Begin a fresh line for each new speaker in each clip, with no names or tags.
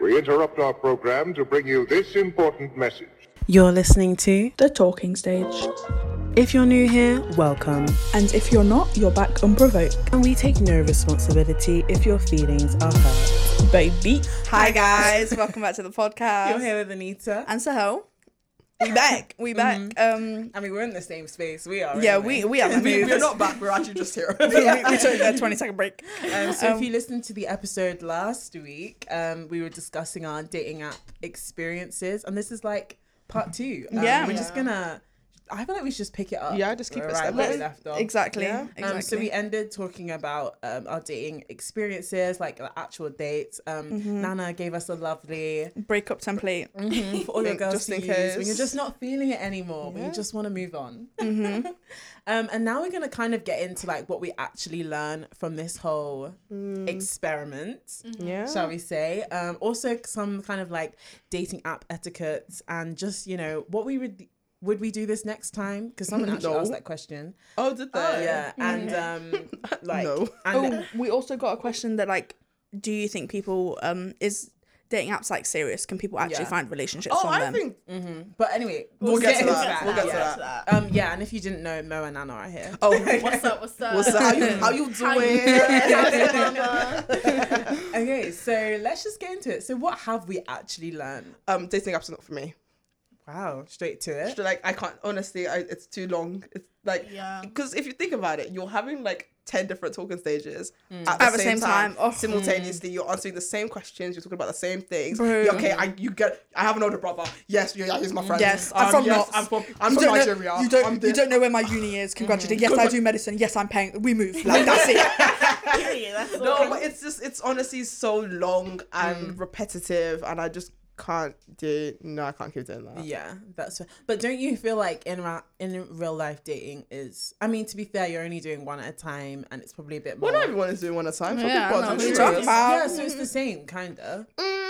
We interrupt our program to bring you this important message.
You're listening to.
The Talking Stage.
If you're new here, welcome.
And if you're not, you're back unprovoked.
And we take no responsibility if your feelings are hurt.
Baby.
Hi guys, welcome back to the podcast.
You're here with Anita.
And Sahel. We back. We back. Um
I mean, we're in the same space. We are.
yeah,
anyway.
we we haven't
we,
moved.
we're not back. We're actually just here.
we, we took a 20 second break.
Um, so if you listened to the episode last week, um, we were discussing our dating app experiences, and this is like part two. Um,
Yeah.
we're just gonna. I feel like we should just pick it up.
Yeah, just keep it
right where
separate.
we left off.
Exactly.
Yeah. Um,
Exactly.
Um, so we ended talking about um, our dating experiences, like our actual dates. Um, Nana gave us a lovely
Breakup template.
for all your
Think-
girls
just
to
in
use when you're
case.
just not feeling it anymore, when you
Yeah. Mm-hmm.
just want to move on. um, and now we're gonna kind of get into like what we actually learn from this whole
Mm.
experiment,
Yeah.
shall we say? Um, also some kind of like dating app etiquettes and just you know what we would would we do this next time? Because someone actually asked
No.
that question.
oh, did they? Mm.
yeah, and um, like
No.
and
Oh, we also got a question that like do you think people um is dating apps like serious? Can people actually
Yeah.
find relationships
Oh,
from
I
them?
think
But anyway,
we'll, get, to
into
that. We'll get to
yeah.
that.
Um, yeah, and if you didn't know, Mo and Anna are here.
Oh,
What's up? What's up?
what's up? How you, how you doing?
How you
Okay, so let's just get into it. So, what have we actually learned?
um, dating apps are not for me.
Wow, straight to it.
Like I can't honestly. I, it's too long. It's like
Yeah.
Because if you think about it, you're having like ten different talking stages at, the
At the same time. Oh.
simultaneously. You're answering the same questions. You're talking about the same things.
Bro.
Yeah, okay, I you get. I have an older brother. Yes, yeah, he's my friend.
Yes, I'm
Um,
from
yes,
Knox.
I'm from. I'm from
You don't know-
Nigeria.
You don't,
I'm
you
this.
don't know where my uni is. Congratulations. Yes, I do medicine. Yes, I'm paying. We move. Like, that's it.
Period. That's all.
No, but it's just it's honestly so long and repetitive, and I just can't do. No, I can't keep doing that.
Yeah, that's. Fair. But don't you feel like in ra- in real life dating is? I mean, to be fair, you're only doing one at a time, and it's probably a bit more.
Well, not everyone is doing one at a time. Some
Yeah,
people
no,
are
what are
doing
you
two.
talking about?
yeah, so it's the same kind of.
Mm,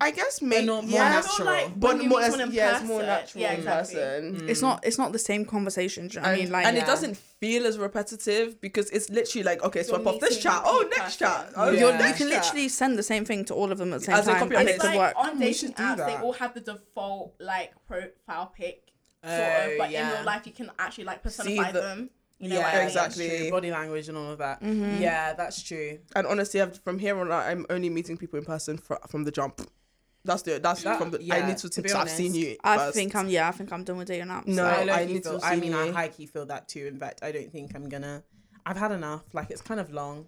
I guess maybe
not more
yeah,
natural.
Like,
but
when you
more
meet
as,
someone in
yeah, it's more
person.
natural
Yeah,
in
exactly. Mm.
person.
it's not. It's not the same conversation. Do you know what I mean, like,
and
Yeah.
it doesn't feel as repetitive because it's literally like okay,
You're
swap off this
meeting
chat. Oh,
in
next
person.
chat. Oh,
Yeah.
You're, you
next
can
chat.
literally send the same thing to all of them at the same
As a
time,
copy
and
and
it
paste.
can
like
work.
on
we should
dating
do
apps, they
that.
all have the default like profile pic, sort
Oh,
of. But
yeah.
in real life, you can actually like personify
the-
them. You know, what I
Yeah,
mean?
exactly.
that's true. Body language and all of that. Yeah, that's true.
And honestly, I've, from here on out, I'm only meeting people in person fr from the jump. That's the that's
That-
from the.
yeah,
I need to
to be
tips. I've seen
honest,
you.
I
first.
think I'm. Yeah, I think I'm done with dating apps.
No,
Oh,
Like,
I,
I
low-key
need to
feel,
see
I mean, I
you.
high key feel that too. In fact, I don't think I'm gonna. I've had enough. Like it's kind of long.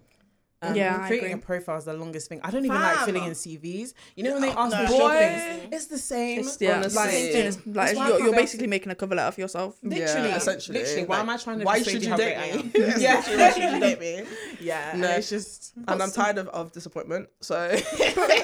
Um,
Yeah, I
creating a
agree.
profile is the longest thing. I don't even like
Fam.
filling in CVs. You know when they ask me
no.
for job
Boy.
things, it's the same.
it's, yeah, it's the
honestly.
same thing. It's like,
That's why I
you're,
can't
you're
go-
basically making a cover letter for yourself.
Literally,
Yeah, essentially.
Literally, why
Like,
am I trying to?
Why
persuade
should you
how great
date me?
I am?
yeah,
yeah,
why should you date me?
yeah.
No.
And it's just.
And I'm tired of, of disappointment. So
Sis,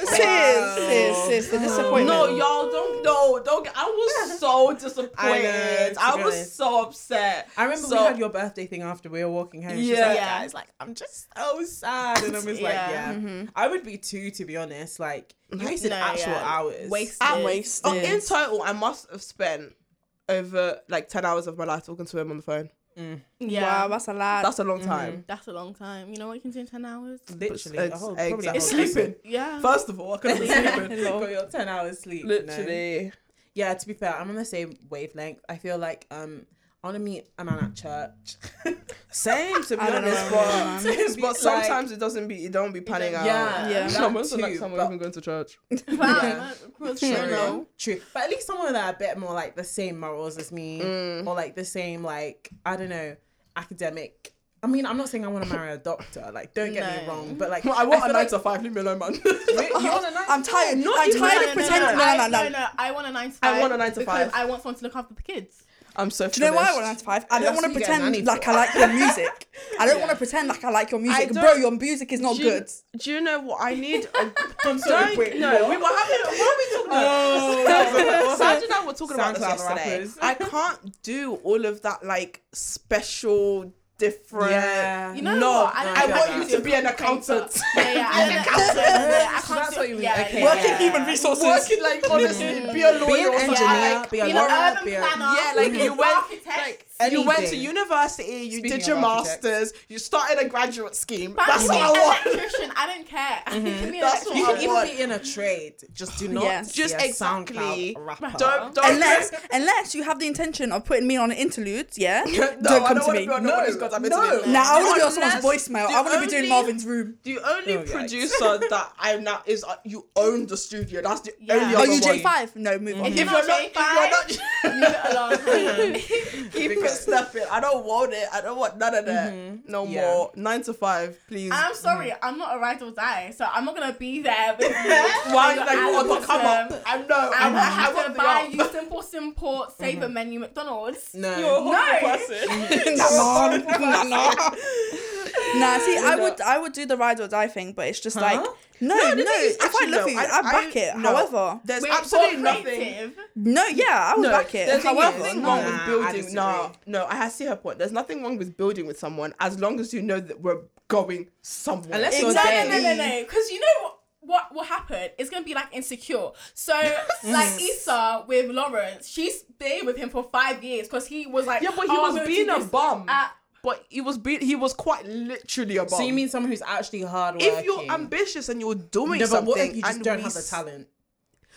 sis, sis, the disappointment.
No, y'all don't know. Don't. get- I was so disappointed.
to
I,
be
was
honest.
so upset.
I remember
So-
we had your birthday thing after we were walking home. She's
Yeah.
like,
Yeah.
guys, like I'm just so sad, and I was like,
Yeah.
yeah, I would be too, to be honest. Like you wasted
No,
actual
yeah.
hours.
Wasted.
I-
wasted.
Oh, in total, I must have spent over like ten hours of my life talking to him on the phone.
Yeah.
Wow, that's a lot.
That's a long time.
That's a long time. You know what you can do in ten hours?
Literally,
It's-
a whole,
it's-
probably a
it's
whole day.
sleeping.
Yeah.
First of all, I couldn't have sleeping.
Got your ten hours sleep. no.
Literally.
Yeah, to be fair, I'm on the same wavelength. I feel like um I wanna meet a man at church.
Same to be
I don't know
honest,
what I'm
but, but
Like-
sometimes it doesn't be. It don't be panning out.
Yeah,
Yeah.
that
No, when's the
too,
next time we're
but-
even going to church?
Fam, that's
True,
true.
true. But at least someone that are a bit more like the same morals as me,
Mm.
or like the same like I don't know academic. I mean, I'm not saying I want to marry a doctor. Like, don't get me
No.
wrong, but like,
I want a
feel
nine
like-
to five. Leave me alone, man.
You want a nine
I'm
to
tired.
Not
I'm
even-
No, no,
tired of
no, no,
pretending.
I,
No, no, no.
no, no, I want a nine to
I
five.
want a nine to
because
five.
I want someone to look after the kids.
I'm so.
Do you know why I want
finished.
nine to five? I
Yes,
don't want to
you get nanny
pretend like
for-
I like your music. I don't want to pretend like I like your music, bro.
don't-
Your music is not
do you,
good.
Do you know what I need?
I'm
Don't,
sorry, wait,
no,
what?
we were having. What are we talking
Oh.
about? Sandra and I were talking about this
SoundCloud
yesterday.
rappers.
I can't do all of that like special, different.
Yeah.
You know
no,
what?
I,
I
don't like
want
that.
you to be an accountant.
Yeah, yeah. I don't- I can't
That's
do-
what you mean,
yeah,
okay.
yeah,
Working
yeah.
human resources.
Working like honestly, be a lawyer
be an
or something.
engineer,
like-
be a
Being
lawyer,
an urban
be a
planner.
yeah, like
being
you
an
went
architect.
like you went to
Anything.
university, you
Speaking
did your
of architects.
masters, you started a graduate scheme.
But
That's
I
what I want.
can
Mm-hmm.
be an electrician. I don't care. You can be an
That's what
You can
I
electrician.
even
want.
be in a trade. Just do not
Yeah.
Just
be a
exactly.
SoundCloud rapper.
Don't don't
unless unless you have the intention of putting me on an interlude, yeah.
no, I don't want to be on nobody's goddamn
no.
internet.
Nah, I want to be on someone's
Unless
voicemail.
the
I want to be doing
only-
Marvin's room.
The only
Oh, yikes.
producer that I'm now is uh, you own the studio. That's the
Yeah.
only
Are
Are
other one.
you J five? No, move on.
Mm-hmm. If you're
not
not,
J5,
if you're not,
Leave it
Mm-hmm.
alone. honey.
keep it stepping. I don't want it. I don't want none of that. No
Mm-hmm. Yeah.
more nine to five, please.
I'm sorry, I'm not a ride or die, so I'm not gonna be there with you.
Why
When
like
you're
you
at
want
the
to come
bottom.
up? I know.
I'm gonna
I
have
want
to
the
buy
up.
you simple, simple, save
Mm-hmm.
a menu McDonald's.
No.
You're a horrible
No.
person.
nah, nah, nah. Nah, see, I would, I would do the ride or die thing, but it's just like, no, no.
the thing is,
If I
actually,
love
no,
you, I, back it.
no.
However,
there's
Wait,
absolutely
for
nothing.
creative,
no, yeah, I would
No,
back it.
there's
However,
nothing
no.
wrong
Nah, I
with building.
disagree.
No, no, I ha- see her point. There's nothing wrong with building with someone as long as you know that we're going somewhere.
Unless you're
No,
Exactly.
no, no, no, no. Because you know what, what will happen? It's gonna be like insecure. So like Issa with Lawrence, she's been with him for five years because he was like,
Yeah, but he
"Oh, I'm
was
gonna
being
do
a
this Uh,
bum.
at-"
but he was be- he was quite literally a bum.
So you mean someone who's actually hard working?
if you're ambitious and you're doing
no, but
something,
what if you just
and
don't
we
have the
s-
talent?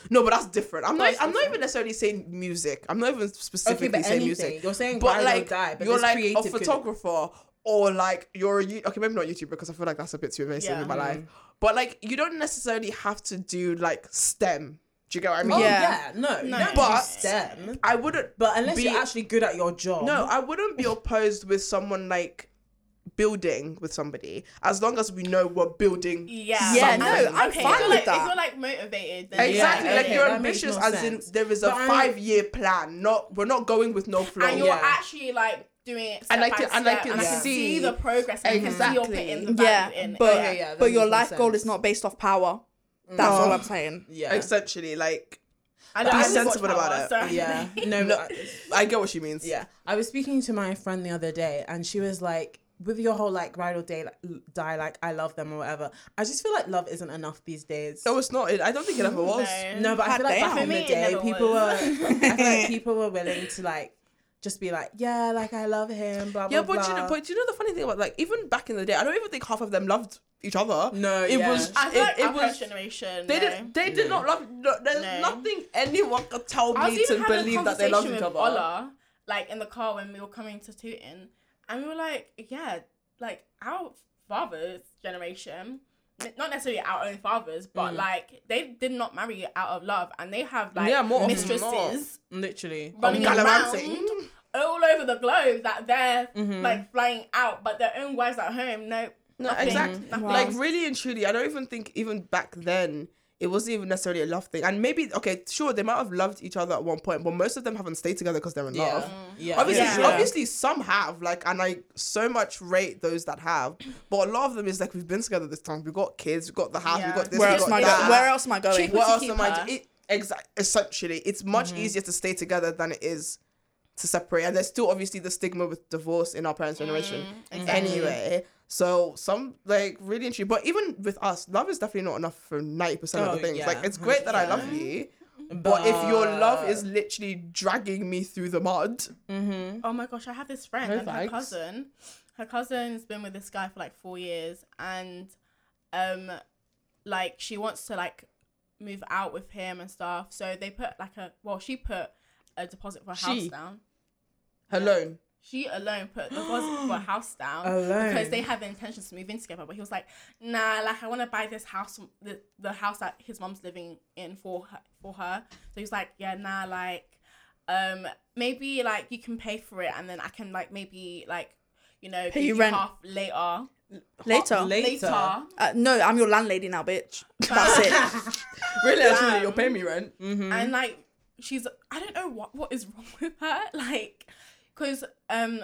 No, but that's different. I'm not.
That's
I'm not
different.
even necessarily saying music. I'm not even specifically
Okay, but
saying
anything.
music.
You're saying
but
grind or
like
die, but
you're
this
like a
creative could-
photographer or like you're a you- okay maybe not YouTuber because I feel like that's a bit too invasive
Yeah.
in my life. But like you don't necessarily have to do like STEM. Do you get what I mean?
Oh yeah,
Yeah.
no, no.
But-
but STEM.
I wouldn't.
But unless
be-
you're actually good at your job,
No, I wouldn't be opposed with someone like building with somebody as long as we know we're building.
Yeah.
Yeah,
something.
no, I'm
okay,
fine
if you're
with
like,
that.
If you're like motivated, then
Exactly,
Yeah,
like
okay,
you're
that makes
ambitious,
no
as
sense.
in there is a
But I-
five year plan. Not we're not going with no flow.
and you're
Yeah.
actually like doing it step
And I can-
by
and I
step,
can
and I can
see-
see the progress and I can see
Exactly.
you're putting the
yeah,
value in.
but
yeah, yeah, that
but your
makes more
life goal
sense.
is not based off power. That's all I'm saying.
yeah,
Essentially, like
I don't
be
I just
sensible
watch
about
Power,
it.
so-
yeah, no,
No,
I-
I get what she means.
yeah. I was speaking to my friend the other day, and she was like, "With your whole like ride or die, like, die, like I love them or whatever." I just feel like love isn't enough these days.
No, it's not. It- I don't think it ever was.
No, but I feel like back
damn.
in
For me,
the
it
day,
never
people were. I
was.
feel like people were willing to like just be like, yeah, like I love him, blah blah
Yeah,
blah.
but you, know, but you know the funny thing about like even back in the day, I don't even think half of them loved each other.
No,
it
yeah.
was
I feel
it,
like
it
our
was.
parents' generation.
They
no.
did. They did not love. No, there's
No.
nothing anyone could tell
I was
me
even
to
having a
believe that they loved
conversation
each
with
other.
Ola, like in the car when we were coming to Tooting, and we were like, yeah, like our father's generation, n- not necessarily our own fathers,
Mm.
but like they did not marry out of love, and they have like
Yeah, more often than not.
mistresses
literally,
running
Gallivanting. Mm-hmm.
around all over the globe that they're like flying out, but their own wives at home, no,
No, exactly.
nothing.
Like really and truly, I don't even think even back then it wasn't even necessarily a love thing. And maybe okay, sure, they might have loved each other at one point, but most of them haven't stayed together because they're in
yeah, Mm.
love.
yeah,
Obviously,
yeah.
Yeah.
obviously, some have like, and I so much rate those that have, but a lot of them is like we've been together this time. We got kids, we got the house,
Yeah.
we got this,
Where
we
else
got
am I
that.
going? Where else am I going?
Cheap-
What
to
else
keep
am I?
her?
It, exactly. Essentially, it's much
Mm-hmm.
easier to stay together than it is to separate. And there's still obviously the stigma with divorce in our parents'
Mm,
generation. Anyway, so some like really interesting. But even with us, love is definitely not enough for ninety percent of
Oh,
the things.
yeah.
Like it's great that I love you. But, if your love is literally dragging me through the mud,
Oh my gosh, I have this friend
Mm-hmm. No
and
thanks.
her cousin. Her cousin's been with this guy for like four years and um like she wants to like move out with him and stuff. So they put like a well, she put a deposit for a house
She?
down.
alone.
She alone put a deposit for a house down because
Alone.
they had the intentions to move in together. But he was like, "Nah, like I want to buy this house, the, the house that his mom's living in for her, for her." So he was like, "Yeah, nah, like um maybe like you can pay for it, and then I can like maybe like you know
Pay
give
you rent.
half later,
Later.
later.
later."
Uh, no, I'm your landlady now, bitch. That's it.
Really, actually, you're paying me rent.
Mm-hmm. and like she's i don't know what what is wrong with her like because um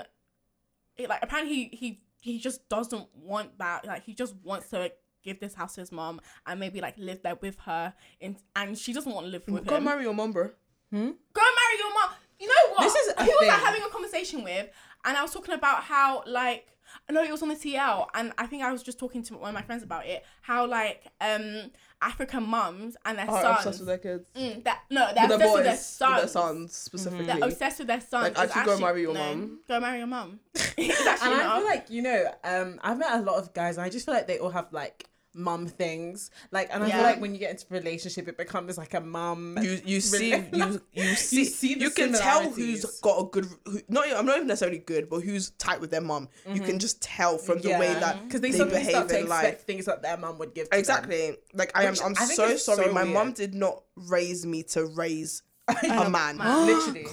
it, like apparently he, he he just doesn't want that like he just wants to like, give this house to his mom and maybe like live there with her and and she doesn't want to live with
Go
him
marry your mum, bro.
go marry your mom. You know what?
This is a
who was I
thing.
having a conversation with, and I was talking about how like I know it was on the TL, and I think I was just talking to one of my friends about it. How like um African mums and their
Are
sons.
obsessed with their kids.
Mm, that, no, they're
With
obsessed
their boys.
with their
with
sons. Mm-hmm.
Their sons specifically.
They're obsessed with their sons.
Like,
It's
actually go marry your mum.
Go marry your mum. It's actually
and I
not.
feel like you know, um, I've met a lot of guys, and I just feel like they all have like mum things. Like, and I
Yeah.
feel like when you get into a relationship, it becomes like a mum.
you you see you you see you,
see the
can tell who's
similarities.
got a good who, not I'm not even necessarily good but who's tight with their mum you can just tell from the way that
because
they,
they, suddenly
behave
start to
in
expect
life
things that their mum would give. To
exactly like I am
Which
I'm
I think
so
is
sorry
so
my
weird.
mum did not raise me to raise a man
them. literally.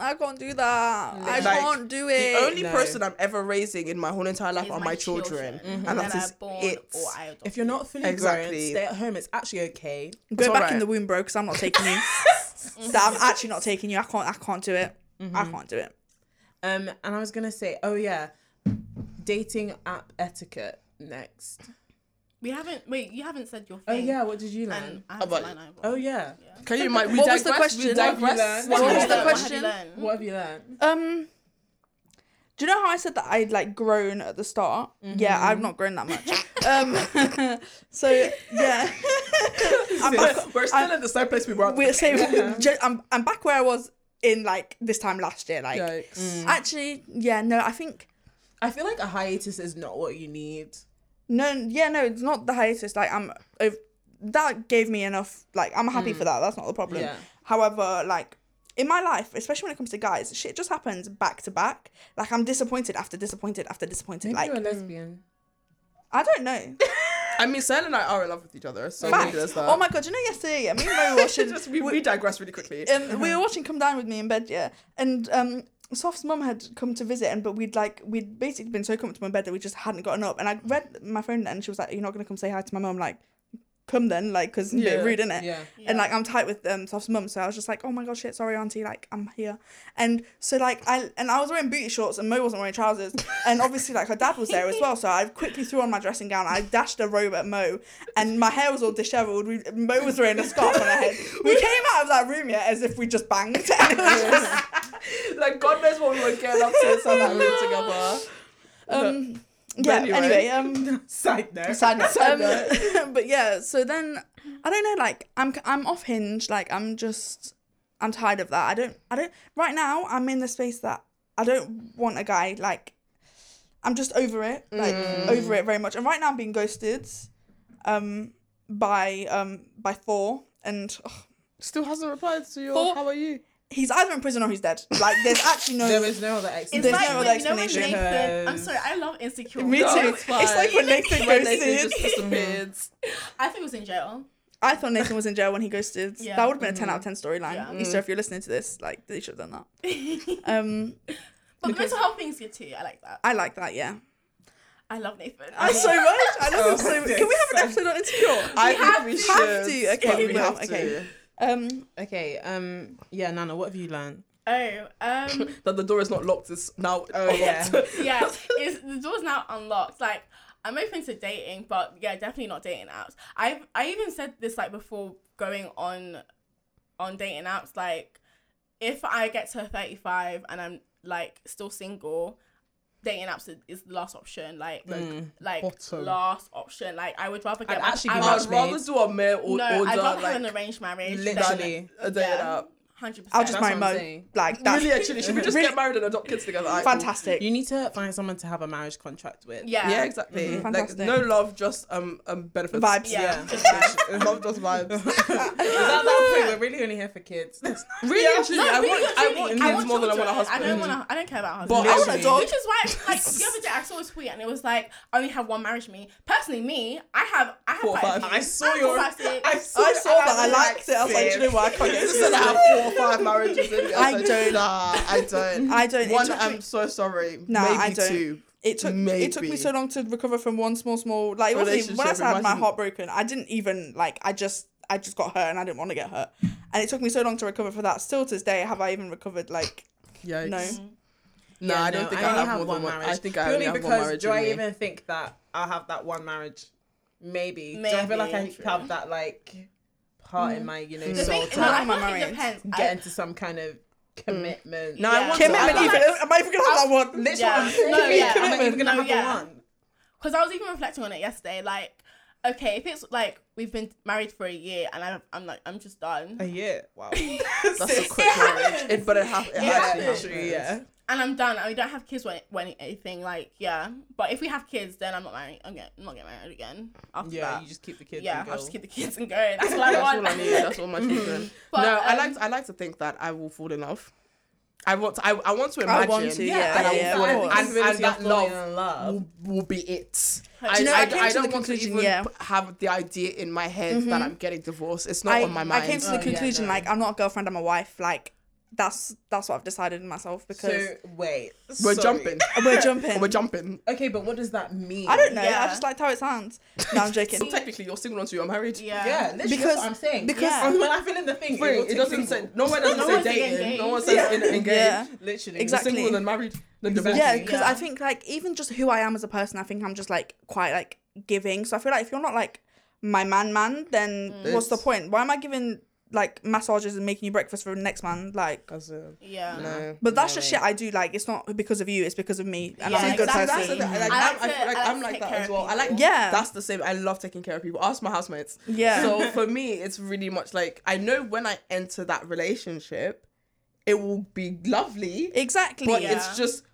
I can't do that. I
Like,
can't do
the
it.
only
No.
person I'm ever raising in my whole entire life
It's
are my, children, and
that
that
are
is
born
it
Or I adopt.
If you're not fully grown,
Exactly.
stay at home. It's actually okay.
Go
all
back
right.
in the womb, bro, because I'm not taking you. so I'm actually not taking you. I can't. I can't do it. I
Mm-hmm.
can't do it.
Um, and I was gonna say, oh yeah, dating app etiquette next.
we haven't. Wait, you haven't said your thing.
Oh yeah, what did you learn?
And I haven't
About-
learned either.
oh yeah,
Can you mind? We
What was the
digress, we
question? What have you
digress.
learned? What
was
have
the
you
question?
learned?
what have you learned?
Um, do you know how I said that I'd like grown at the start? Yeah, I've
Mm-hmm.
not grown that much. um, so yeah, I'm back,
We're still at the same place we were. at the
we're saying ju- I'm I'm back where I was in like this time last year. Like,
Yikes.
actually, yeah, no, I think
I feel like a hiatus is not what you need.
no, yeah, no, it's not the hiatus. Like, I'm ov- that gave me enough. Like, I'm happy
Mm.
for that. That's not the problem.
Yeah.
However, like. In my life, especially when it comes to guys, shit just happens back to back. Like I'm disappointed after disappointed after disappointed. like
you're a lesbian.
I don't know.
I mean, Sel and I are in love with each other, so
Fact.
maybe there's that.
Oh my god, you know yesterday, yeah, me and Mo were watching
Just- we, we digress really quickly.
um, we were watching Come Down with Me in bed, yeah. And um Soft's mum had come to visit and but we'd like we'd basically been so comfortable in bed that we just hadn't gotten up. And I read my phone then and she was like, You're not gonna come say hi to my mum, like come then, like, cause it's a
Yeah,
bit rude, isn't it?
yeah.
And like I'm tight with um Soft's mum, so I was just like, Oh my god shit, sorry auntie, like I'm here. And so like I and I was wearing booty shorts and Mo wasn't wearing trousers. and obviously like her dad was there as well, so I quickly threw on my dressing gown, I dashed a robe at Mo and my hair was all disheveled. We, Mo was wearing a scarf on her head. We came out of that room yeah as if we just banged. And it was just-
like God knows what we were getting up to in that room together.
um yeah,
anyway.
anyway, um
Side note.
Sad note. Um, but yeah, so then I don't know. Like I'm I'm off hinge. Like I'm just I'm tired of that. I don't I don't right now. I'm in the space that I don't want a guy. Like I'm just over it. Like
Mm.
over it very much. And right now I'm being ghosted, um by um by Thor and. ugh,
Still hasn't replied to your.
Four-
How are you?
He's either in prison or he's dead. Like there's actually no.
there is no other explanation.
There's no
when-
other
you know when
explanation.
Nathan- I'm sorry, I love Insecure.
Me too.
No,
it's,
it's fine.
like when Nathan
When Nathan
ghosted.
just disappeared.
I think it was in jail.
I thought Nathan was in jail when he ghosted.
Yeah. Mm-hmm.
That would have been a 10 out of 10 storyline.
Yeah.
Easter, if you're listening to this, like, they should have done that. um,
But mental health things good too. I like that.
I like that, yeah.
I love Nathan.
I so much. I
Oh,
love him so much. Can we have an episode on Insecure?
I
have
think we
to.
should.
Have to. Okay,
but
we
we
will.
have to.
Okay. Um,
Okay. Um. Yeah, Nana. What have you learned?
oh, um,
That the door is not locked. It's now.
Oh, yeah.
yeah. It's, the door's now unlocked. Like, I'm open to dating, but yeah, definitely not dating apps. I've I even said this like before going on, on dating apps. Like, if I get to 35 and I'm like still single, dating apps is, is the last option. Like, like
bottom.
last option. Like, I would rather get.
I'd
my-
actually
I
be
would-
I would
Matchmade.
rather do a male or,
No,
order
I'd rather
like
have an arranged marriage.
Literally.
a day and out.
Hundred percent.
I'll just
That's
marry
what I'm
Mo.
saying.
Like, that's
Really, actually, should we just
Really-
get married and adopt kids together? Like,
fantastic.
You need to find someone to have a marriage contract with.
Yeah.
Yeah, exactly. Like,
Fantastic.
no love, just um, um benefits.
Mm-hmm. Vibes.
Yeah.
Yeah.
just that.
love just vibes.
Is that that point? We're really only here for kids.
really, actually,
No,
I
really,
want, I
truly,
want kids more than I want a
children.
husband.
I don't want. I don't care about
But
husband.
I
Literally.
would-
Which is why, like the other day, I saw a tweet and it was like, "I only have one marriage." Me personally, me, I have, I have
Four,
quite a
five.
few.
I saw
have
your-
quite a few.
I saw,
I saw
it,
that. I liked it. I was like, do you know what? I can't get
You
this.
said I have
out.
four or five marriages. In me. I,
I
was like,
don't.
Nah, I don't.
I don't. It
One,
took
I'm
me-
so sorry.
No,
Maybe
I don't.
two.
It took it took me
Maybe.
so long to recover from one small small like it wasn't even, when I
Relationship, it
had my
wasn't-
heart broken, I didn't even like I just I just got hurt and I didn't want to get hurt, and it took me so long to recover for that. Still to this day, have I even recovered? Like
Yikes.
no,
No, I don't think I,
only
have, more than one. I think I only
Purely
have
because
one marriage.
do
in
I
me.
even think that I'll have that one marriage? Maybe. Do I feel like I
Maybe, true.
have that like part in my you know
The
soul
thing,
to
no,
out
I
my
think
marriage.
it depends. I-
get into some kind of
Mm.
commitment?
No, I
Yeah.
want to.
commitment.
I
Even
like-
am I even gonna have that one?
Literally,
Yeah.
I'm saying,
No, yeah.
am I even gonna
No,
have
yeah.
a one?
because I was even reflecting on it yesterday. Like, okay, if it's like we've been married for a year and I'm, I'm like, I'm just done.
A year. Wow.
That's a quick marriage. It, but it, hap- it actually
yeah,
happens.
literally, yeah.
and I'm done. I don't have kids when, when anything like yeah. But if we have kids, then I'm not married. I'm, get, I'm not getting married again after
Yeah,
that.
you just keep the kids.
yeah,
and
I'll
go.
just keep the kids and going. That's what I
That's
want.
all I need. That's all my children.
But,
no, I
um,
like I like to think that I will fall in love. I want to, I, I want to
I
imagine
want to, yeah,
that I will
yeah, of
fall in
course.
and, and
Possibility of
that
falling
love
in love.
will, will be it. I,
Do you know,
I,
I
I
came to
don't
the
want to
conclusion,
even
yeah.
p- have the idea in my head that I'm getting divorced. It's not
I,
on my mind.
I came to the
Oh, yeah,
conclusion
no.
like I'm not a girlfriend, I'm a wife. Like that's that's what I've decided in myself because
So wait,
we're
sorry.
jumping.
we're jumping.
we're jumping.
Okay, but what does that mean?
I don't know. I
Yeah.
just liked how it sounds. No, I'm joking.
Technically, you're single until you're married.
Yeah.
Yeah, literally,
Because-
that's what I'm saying.
because-
yeah. when I fill in the thing,
Wait,
will
it
take
doesn't say.
single.
No one
No
doesn't
one
say
says
dating.
engaged.
No one says in- engaged.
Yeah.
Literally,
Exactly.
Single and married. Then
Exactly.
divorced.
yeah because
Yeah.
i think like even just who i am as a person i think i'm just like quite like giving so i feel like if you're not like my man man
Mm.
then what's the
It's-
point why am i giving like massages and making you breakfast for the next man like
As a-
Yeah.
no.
but that's just shit i do like it's not because of you it's because of me and i'm
Yeah,
a good
exactly.
That's the
person
thing. Like,
I
I'm,
like
I
to-
feel like,
I like
I'm
to
like
take
that
care
as
of
well. I like
people.
Yeah.
That's the same. I love taking care of people. Ask my housemates.
Yeah.
So for me, it's really much like I know when I enter that relationship, it will be lovely,
exactly
but
Yeah.
it's just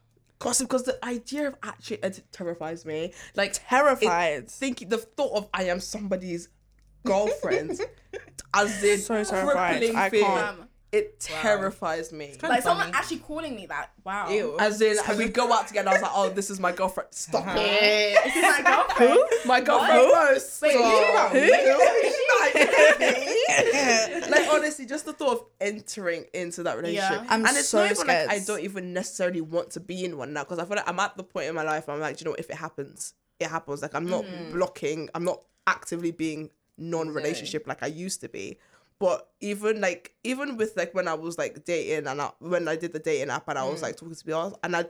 gossip because the idea of actually it terrifies me. Like
terrified
thinking the thought of I am somebody's girlfriend as in
So terrified.
crippling
I
fear.
can't.
Um,
It terrifies me.
like someone
funny.
actually calling me that. Wow.
Ew.
As in, we go out together. I was like, "Oh, this is my girlfriend." Stop
Uh-huh.
it.
This is my girlfriend.
My girlfriend knows.
Wait,
so-
you?
like honestly, just the thought of entering into that relationship,
Yeah.
I'm
and it's
so
not even
scared.
like I don't even necessarily want to be in one now because I feel like I'm at the point in my life. Where I'm like, "Do you know, what? if it happens, it happens. Like I'm not
Mm.
blocking. I'm not actively being non-relationship like I used to be. But even like even with like when I was like dating and I, when I did the dating app and I was like
Mm.
talking to people and I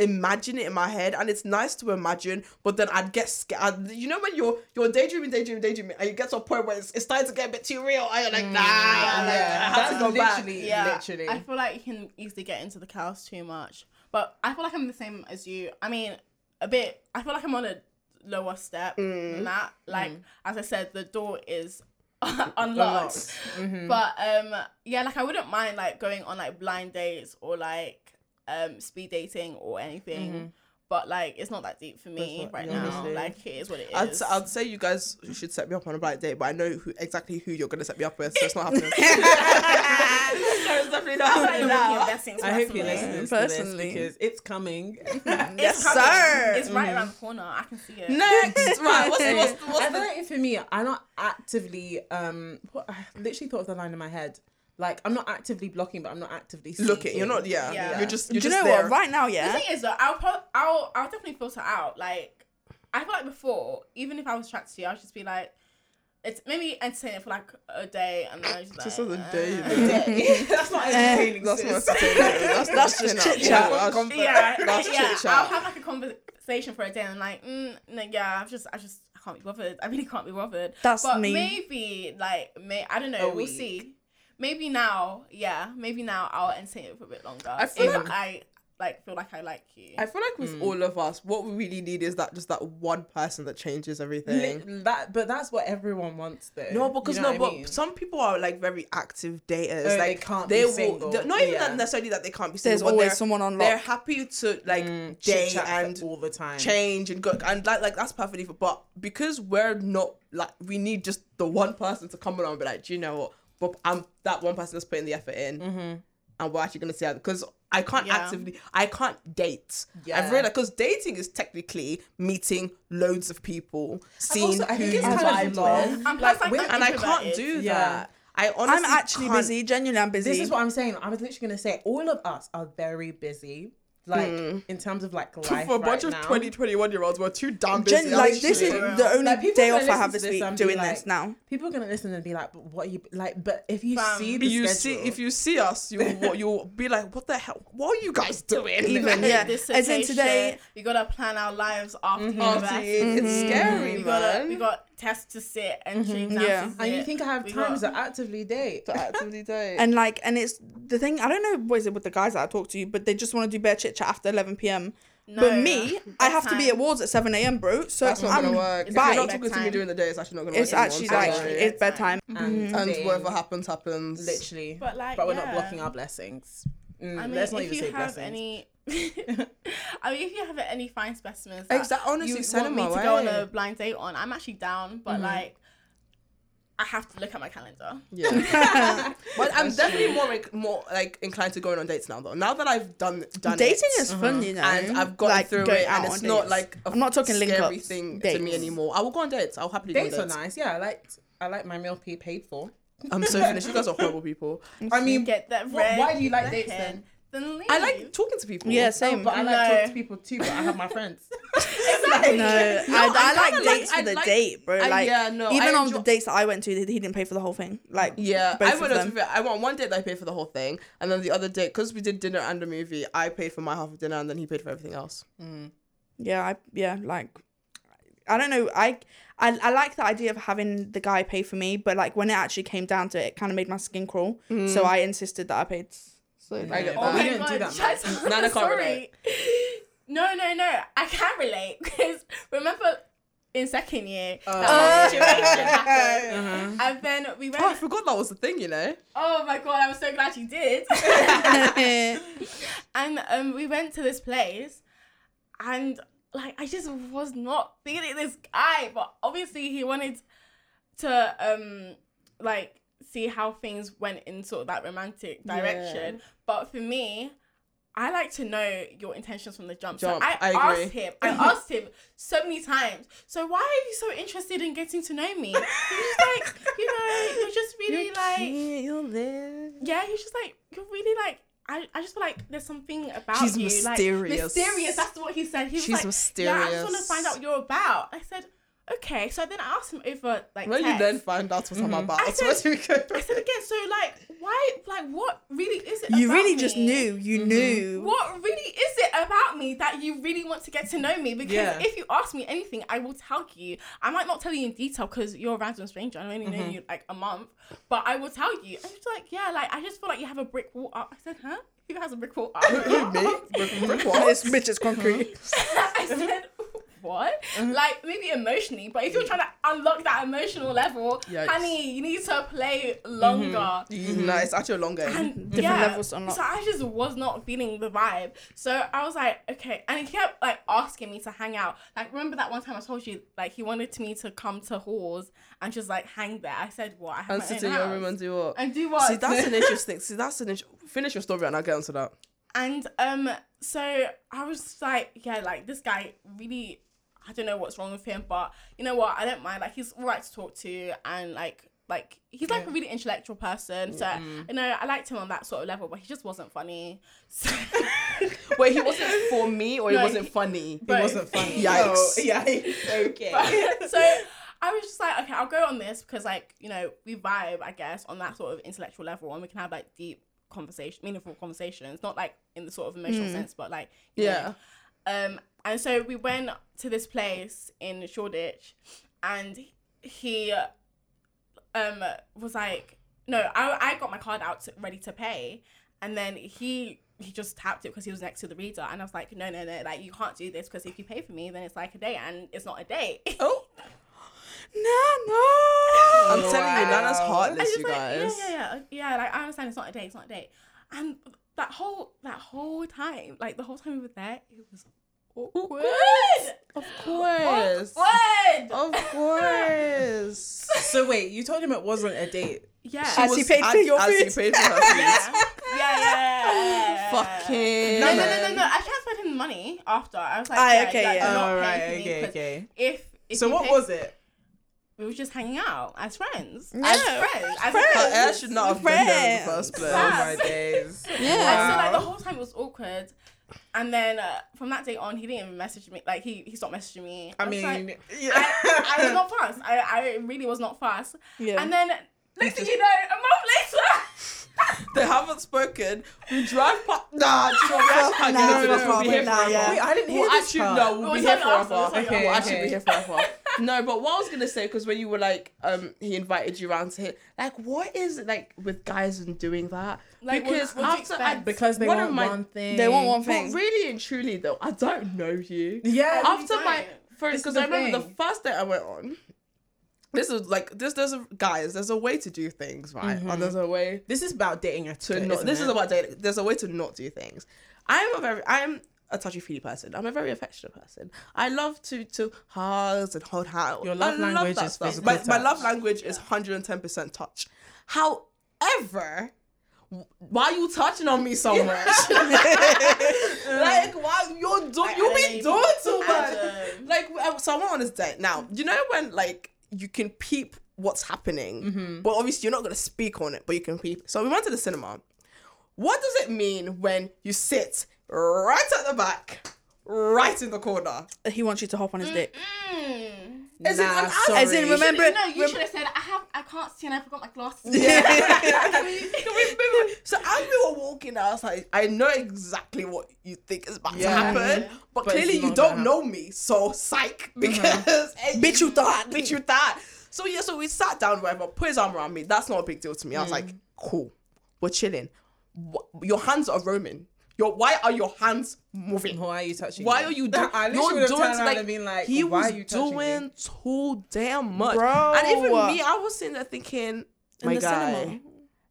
imagine it in my head and it's nice to imagine but then I'd get scared you know when you're you're daydreaming daydreaming daydreaming and you get to a point where it's, it's starting to get a bit too real and you're like nah like,
Mm. Yeah,
I have to
that's
go back
literally,
Yeah,
literally.
I feel like you can easily get into the cows too much. But I feel like I'm the same as you. I mean, a bit. I feel like I'm on a lower step than that. Like as I said, the door is unlocked. But um, yeah, like I wouldn't mind like going on like blind dates or like um speed dating or anything. But like, it's not that deep for me
That's what-
right
yeah,
now.
honestly.
Like, it is what it
I'd,
is.
s- I'd say you guys should set me up on a blind date but I know who, exactly who you're going to set me up with so it's not happening
I'm not even making investments
I hope you
personally.
listen to this
Personally.
because it's coming.
yes
It's coming.
sir
It's right around the corner. I can see it.
next right what's, what's,
I
what's
feel
the
like for me, I'm not actively. Um, what, I literally thought of the line in my head. Like I'm not actively blocking, but I'm not actively seeking.
look it you're not yeah,
Yeah.
you're just
do
you're
you
just
know
there
what right now
The
yeah
thing is, though, I'll, pro- I'll I'll definitely filter out. Like, I feel like before, even if I was attracted to you, I'll just be like, it's maybe entertain it for like a day, and then I just,
Just
like,
another
uh,
day,
that's not entertaining.
That's
sis.
not that's,
That's just chit-chat.
Yeah,
That's
yeah.
chit
I'll
chat.
have like a conversation for a day, and I'm like, mm, no, yeah, I've just, I just, I can't be bothered. I really can't be bothered.
That's
but
me.
Maybe like, may I don't know.
A
we'll
week.
see. Maybe now, yeah, maybe now I'll entertain it for a bit longer.
I feel
if
like-
I like feel like I like you.
I feel like with all of us, what we really need is that just that one person that changes everything.
Li- that, but that's what everyone wants, though.
No, because
You know
no,
what
but
I mean?
some people are like very active daters.
Oh, they
like
can't
they
be
will,
single.
they're- Not even
Yeah.
that necessarily that they can't be
There's
single. but
always
they're-
someone on
They're
lock.
happy to like
Mm,
date
chit-chat
and
all the time.
change and go and like like that's perfectly. For, but because we're not like we need just the one person to come along and be like, do you know what? But I'm that one person that's putting the effort in,
Mm-hmm.
and we're actually gonna see because. I can't
Yeah.
actively. I can't date. I've
Yeah.
realized because dating is technically meeting loads of people, seeing
also- I
who
think
you
it's kind of
vibe
long.
with,
I'm
like,
plus, like,
with-
I'm
and I can't
introverted.
do
Yeah.
that. I honestly,
i'm actually
can't-
busy genuinely i'm busy
This is what I'm saying. I was literally gonna say all of us are very busy. Like
Hmm.
in terms of like life
For a
right
bunch of
now.
20, 21 year olds, we're too damn busy.
Gen- like this is
literally.
the only
Like, people
day
are
off
gonna
I have
listen
this
to this
week
and be
doing
like-
this now.
People are gonna listen and be like, "But what are you like?" But if you
Fam.
see the
you
schedule,
see, if you see us, you will, you'll be like, "What the hell? What are you guys doing?"
Even
Like,
yeah, as in
dissertation.
today, Mm-hmm.
we gotta plan our lives after
honestly,
university.
it's scary,
We got
man.
we got tests to sit and mm
Yeah.
and you think I have
We got-
times to actively date,
actively date.
and like, and it's the thing. I don't know what is it with the guys that I talk to, but they just want to do bare chit chat after eleven p.m.
No,
but me,
no.
I have to be
Bedtime.
at wards at 7 a.m., bro. So
That's not
I'm
gonna work. If
bye.
Bye.
you're not talking to me
Bedtime.
during the day, it's actually not gonna work.
It's
anymore. I'm
actually
so
like,
sorry.
actually-
it's bedtime.
and,
and
dating,
whatever happens, happens.
literally. But
But, like,
we're not
yeah.
blocking our blessings. Mm,
I mean,
let's not
if
even
you
say
have
blessings.
any, I mean, if you have any fine specimens, that
Exact- honestly,
you
send
want me
them
to
my
go on
way.
a blind date on, I'm actually down, but like, I have to look at my calendar.
Yeah. but I'm definitely more inc- more like inclined to going on dates now though. Now that I've done done
Dating
it,
is fun, you know.
and I've gotten
Like,
through
going
it, and
out
it's
on
not
dates.
like a
I'm not talking link
scary
ups,
thing to me
dates.
anymore. I will go on dates. I'll happily
Dates
go
were
on dates.
nice. Yeah, I liked. I liked my meal fee paid for.
I'm so finished. You guys are horrible people.
I mean,
Get that
why-
red.
why do you like
the
dates
head,
then?
Then leave.
I like talking to people.
Yeah,
no,
same.
but I
no,
like talking
No.
to people too. But I have my friends.
I,
I
I, like
kinda like-
dates
I
for the
like-
date, bro.
I-
Like,
yeah, no,
even
I
on
enjoy-
the dates that I went to, he didn't pay for the whole thing. Like,
Yeah,
both
I went
of
on
them.
to, I went on one date that I paid for the whole thing, and then the other date because we did dinner and a movie, I paid for my half of dinner, and then he paid for everything else.
yeah, I, yeah, like, I don't know. I, I, I like the idea of having the guy pay for me, but like when it actually came down to it, it kind of made my skin crawl. So I insisted that I paid. So
I get
Oh my
that.
We didn't do that much.
Jazz,
Nana can't
sorry.
relate.
No, no, no. I can relate because remember in second year that
Oh.
whole situation happened, and then we went.
Oh, I forgot that was the thing, you know.
Oh my god, I'm so glad you did. and um, we went to this place, and like I just was not feeling this guy, but obviously he wanted to um like see how things went in sort of that romantic direction. But for me, I like to know your intentions from the jump.
Jump,
So I,
I agree.
asked him. I asked him so many times. So why are you so interested in getting to know me? He was like, you know, you're just really like
you're there.
yeah, he's just like you're really like I, I just feel like there's something about
She's
you.
mysterious.
Like, mysterious. That's what he said. He was
She's
like, Yeah, I just want to
mysterious.
find out what you're about. I said, okay. So then I asked him over like.
When you
text.
then find out what I'm about,
I
so
said-
you go-
I said again. So like, why? Like, what really is it?
you
about
really just
me?
knew. You knew.
What really is it about me that you really want to get to know me? Because
Yeah.
if you ask me anything, I will tell you. I might not tell you in detail because you're a random stranger. I only know
Mm-hmm.
you like a month, but I will tell you. I'm just like, yeah, like I just feel like you have a brick wall up. I said, huh? Who has a brick wall up?
This bitch is concrete.
I said, what?
Mm-hmm.
Like maybe emotionally, but if you're trying to unlock that emotional level,
Yikes. Mm-hmm.
honey, you need to play longer.
No, it's actually a long game.
And
Different levels to unlock.
So I just was not feeling the vibe. So I was like, okay. And he kept like asking me to hang out. Like remember that one time I told you like he wanted to me to come to halls and just like hang there. I said what? I have
and
my own
sit in your
house.
room and do what?
And do what?
See, that's an interesting. See, that's an interesting. Finish your story and I'll get onto that.
And um, so I was like, yeah, like this guy really, I don't know what's wrong with him, but you know what? I don't mind. Like he's all right to talk to, and like, like he's like a really intellectual person. So you know, I liked him on that sort of level, but he just wasn't funny. So
Wait, he wasn't for me or he
No,
wasn't
he-
funny?
Bro.
It wasn't funny.
Yikes.
Oh, yikes. Okay.
so I was just like, okay, I'll go on this because like you know we vibe, I guess, on that sort of intellectual level, and we can have like deep conversation, meaningful conversations, not like in the sort of emotional sense, but like you know,
Yeah.
Um, and so we went to this place in Shoreditch, and he um was like, no, I I got my card out to, ready to pay, and then he he just tapped it because he was next to the reader, and I was like, no, no, no, like you can't do this because if you pay for me, then it's like a date, and it's not a date.
Oh,
No,
I'm telling you, Nana's heartless, you
like,
guys.
Yeah, yeah, yeah, yeah. Like I understand, it's not a date, it's not a date. And that whole that whole time, like the whole time we were there, it was awkward.
Of course.
Awkward.
Of course.
So wait, you told him it wasn't a date.
Yeah.
As he paid for your
as
food.
As he paid for her food.
yeah. yeah, yeah.
Fucking.
No, no, no, no, no. I transferred him money after. I was like,
Ah,
yeah,
okay,
like,
yeah.
do not
Oh,
pay
right,
for me,
okay,
'cause
okay.
If, if
So
you
what
pay-
was it?
We were just hanging out as friends. As
Yeah.
friends. As
Her
friends.
air should not have been there in the first place.
Oh my days.
And so
Yeah.
like the whole time it was awkward, and then uh, from that day on, he didn't even message me. Like he he stopped messaging me.
I
was
mean,
like-
yeah.
I, I was not fast. I I really was not fast.
Yeah.
And then next thing you know, a month later.
They haven't spoken. We drive past. Nah, it's not- we actually can't
No,
get into
no,
this. We'll be
no,
here
no,
forever.
yeah.
Wait, I didn't hear
We'll
this
actually
part.
no. We'll
Oh,
be
it's
here
on us,
forever.
it's on
We'll
us.
actually be here forever. No, but what I was gonna say because when you were like, um, he invited you around to him, like, what is like with guys and doing that?
Like, what- what
because
do you
after I,
expect?
because they
one
want
of my,
one thing.
They want one
But
thing.
really and truly though, I don't know you.
Yeah.
After
don't.
my
This
first,
is
because
the
I remember
thing.
the first date I went on. This is like this. There's a guys. There's a way to do things, right? And there's a way
Mm-hmm. this is about dating a
to
two.
not. This is about dating. There's a way to not do things. I'm a very. I'm a touchy feely person. I'm a very affectionate person. I love to to hugs and hold hands.
Your love
I love
language
that
is
stuff.
physical
My, my love
touch.
language is 110 percent touch. However, w- why are you touching on me so much? like why you're do- you be doing too much.
don't.
Like I- so, I went on this date. Now you know when like you can peep what's happening,
Mm-hmm.
but obviously you're not gonna speak on it, but you can peep. So we went to the cinema. What does it mean when you sit right at the back, right in the corner?
He wants you to hop on his dick.
Mm.
As in,
Nah,
I'm-
sorry.
As in, remember,
No, you
rem-
should have said I have. I can't see and I forgot my glasses.
Can we move on? So as we were walking, I was like, I know exactly what you think is about to
Yeah.
happen,
Yeah.
but,
But it's
clearly you
not
don't
gonna Mm-hmm.
know me, so psych because bitch you thought, bitch you thought. So yeah, so we sat down, whatever, put his arm around me. That's not a big deal to me.
Mm.
I was like, cool, we're chilling. Wh- Your hands are roaming. Your why are your hands moving?
Why are you touching?
Why
me?
are you doing?
I literally
You're
would've
doing
turned around
like,
and been like,
he
why
was
are you touching me?
doing too damn much,
Bro.
and even me, I was sitting there thinking, my
the
guy,
cinema.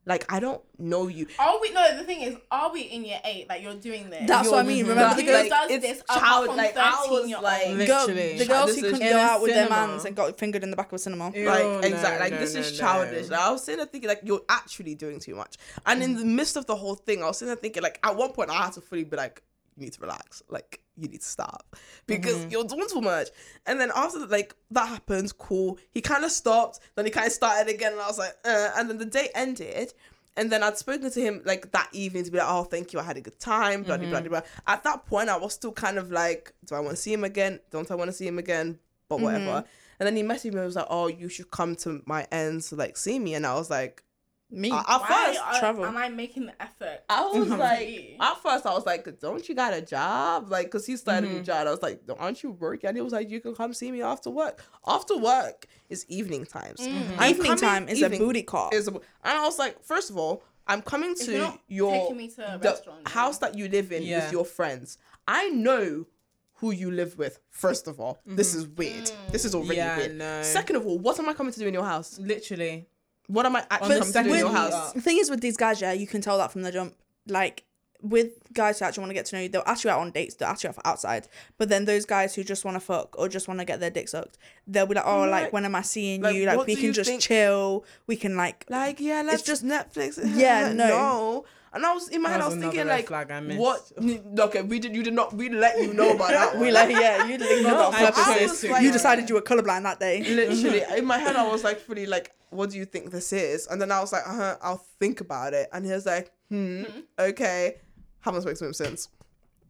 like I don't know you.
Are we? No, the thing is, are we in year eight? Like you're doing this.
That's what I
You're-
mean.
Mhm.
Remember,
Like,
the
Who
girls,
does
it's
this apart
child-
from
like, I was
13-year-old?
like-
girl-
Literally.
the girls
This
who
is
couldn't
in
go
a
out with their
cinema.
mans and got fingered in the back of a cinema.
Ew,
Like
no,
exactly, like
no,
this
no,
is
no.
childish. Like, I was sitting there thinking, like you're actually doing too much. And in the midst of the whole thing, I was sitting there thinking, like at one point, I had to fully be like, you need to relax, like you need to stop because
Mm-hmm.
you're doing too much. And then after like that happened, cool. He kind of stopped, then he kind of started again, and I was like, uh, and then the day ended. And then I'd spoken to him like that evening to be like, oh, thank you, I had a good time, blah, blah,
Mm-hmm.
blah, blah. At that point, I was still kind of like, do I want to see him again? Don't I want to see him again? But whatever. And then he messaged me and was like, oh, you should come to my end to like see me. And I was like,
Me.
I- at
Why
first,
are-
travel.
Am I making the effort?
I was
to
like,
see?
at first, I was like, don't you got a job? Like, because he started a new job. I was like, aren't you working? And he was like, you can come see me after work. After work is evening times. I'm
Evening
coming-
time is a booty call.
Is a, and I was like, first of all, I'm coming
If
to
you're not
your
taking me to a
the
restaurant, then-
house that you live in
Yeah.
with your friends. I know who you live with. First of all, this is weird. This is already
Yeah,
weird.
no.
Second of all, what am I coming to do in your house?
Literally.
What am I
the
actually coming to do in
second
your
meet
house?
up.
The thing is with these guys, yeah, you can tell that from the jump. Like with guys who actually want to get to know you, they'll ask you out on dates, they'll ask you out for outside. But then those guys who just want to fuck or just want to get their dick sucked, they'll be like, "Oh, like, when am I seeing
like,
you? Like
what
we
do
can
you
just
think-
chill. We can like,
Like, yeah, let's just
just-
Netflix.
Yeah, no.
And I was in my
That
head, I
was
was thinking
another red
like,
flag I missed.
what? n- Okay, we did. You did not. We let you know about that.
we
one.
like, yeah, you didn't know
No,
that.
I
on purpose.
chose to
you
ignore
decided you were colorblind that day.
literally in my head i was like fully like what do you think this is and then i was like uh-huh, i'll think about it and he was like hmm okay haven't spoken to him since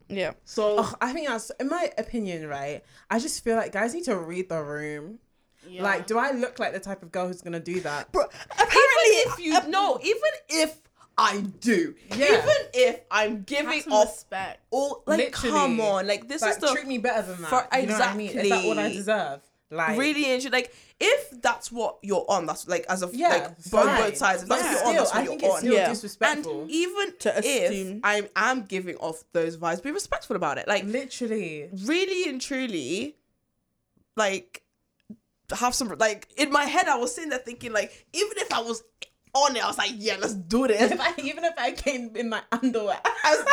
Yeah,
so
Ugh, I think that's, in my opinion, right? I just feel like guys need to read the room.
Yeah.
Like, do I look like the type of girl who's gonna do that?
bro, apparently if you no even if i do
Yeah.
even if i'm giving
Have some
off
respect.
all like
Literally.
come on like this
Like,
is the
treat me better than that.
For-
you know what I mean? Is that what I
exactly.
deserve? Like,
really into like if that's what you're on that's like as of
Yeah,
like both,
fine.
both sides if that's
Yeah.
what you're on that's
Still,
what
I
you're
think it's
on
still
Yeah.
disrespectful.
and even
To
if
assume-
i'm i'm giving off those vibes be respectful about it like
literally.
really and truly, like, have some like in my head. I was sitting there thinking, like, even if I was on it, I was like, yeah, let's do this.
If I, even if I came in my underwear.
As-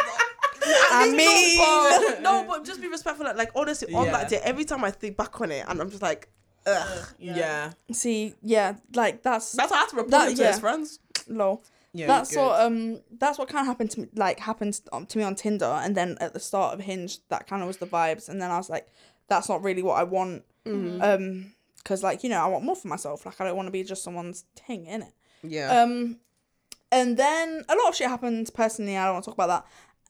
I
at least
mean-
no, but, no, but just be respectful. Like, like, honestly, on that
Yeah.
day, every time I think back on it, and I'm just like, ugh.
Yeah.
see, yeah, like that's
That's why I had to report
That-
him to
yeah.
his friends.
low.
Yeah,
that's
good.
what um that's what kind of happened to me like happened um, to me on Tinder and then at the start of Hinge that kind of was the vibes and then I was like that's not really what I want um because like you know I want more for myself like I don't want to be just someone's thing in it
Yeah.
um and then a lot of shit happened personally I don't want to talk about that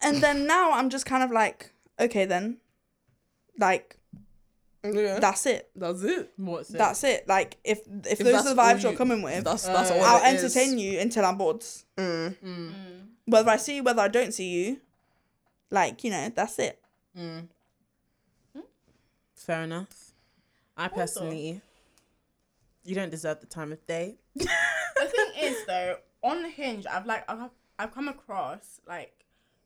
and then now I'm just kind of like okay then like
yeah.
that's it
that's it.
What's it?
that's it like if if,
If
those
that's
are the
all
vibes you, are
you-
coming with
That's that's all.
I'll entertain you until I'm bored
Mm.
whether I see you, whether I don't see you, like, you know, that's it.
Fair enough. I personally, you don't deserve the time of day.
the thing is though, on Hinge, I've like I've I've come across like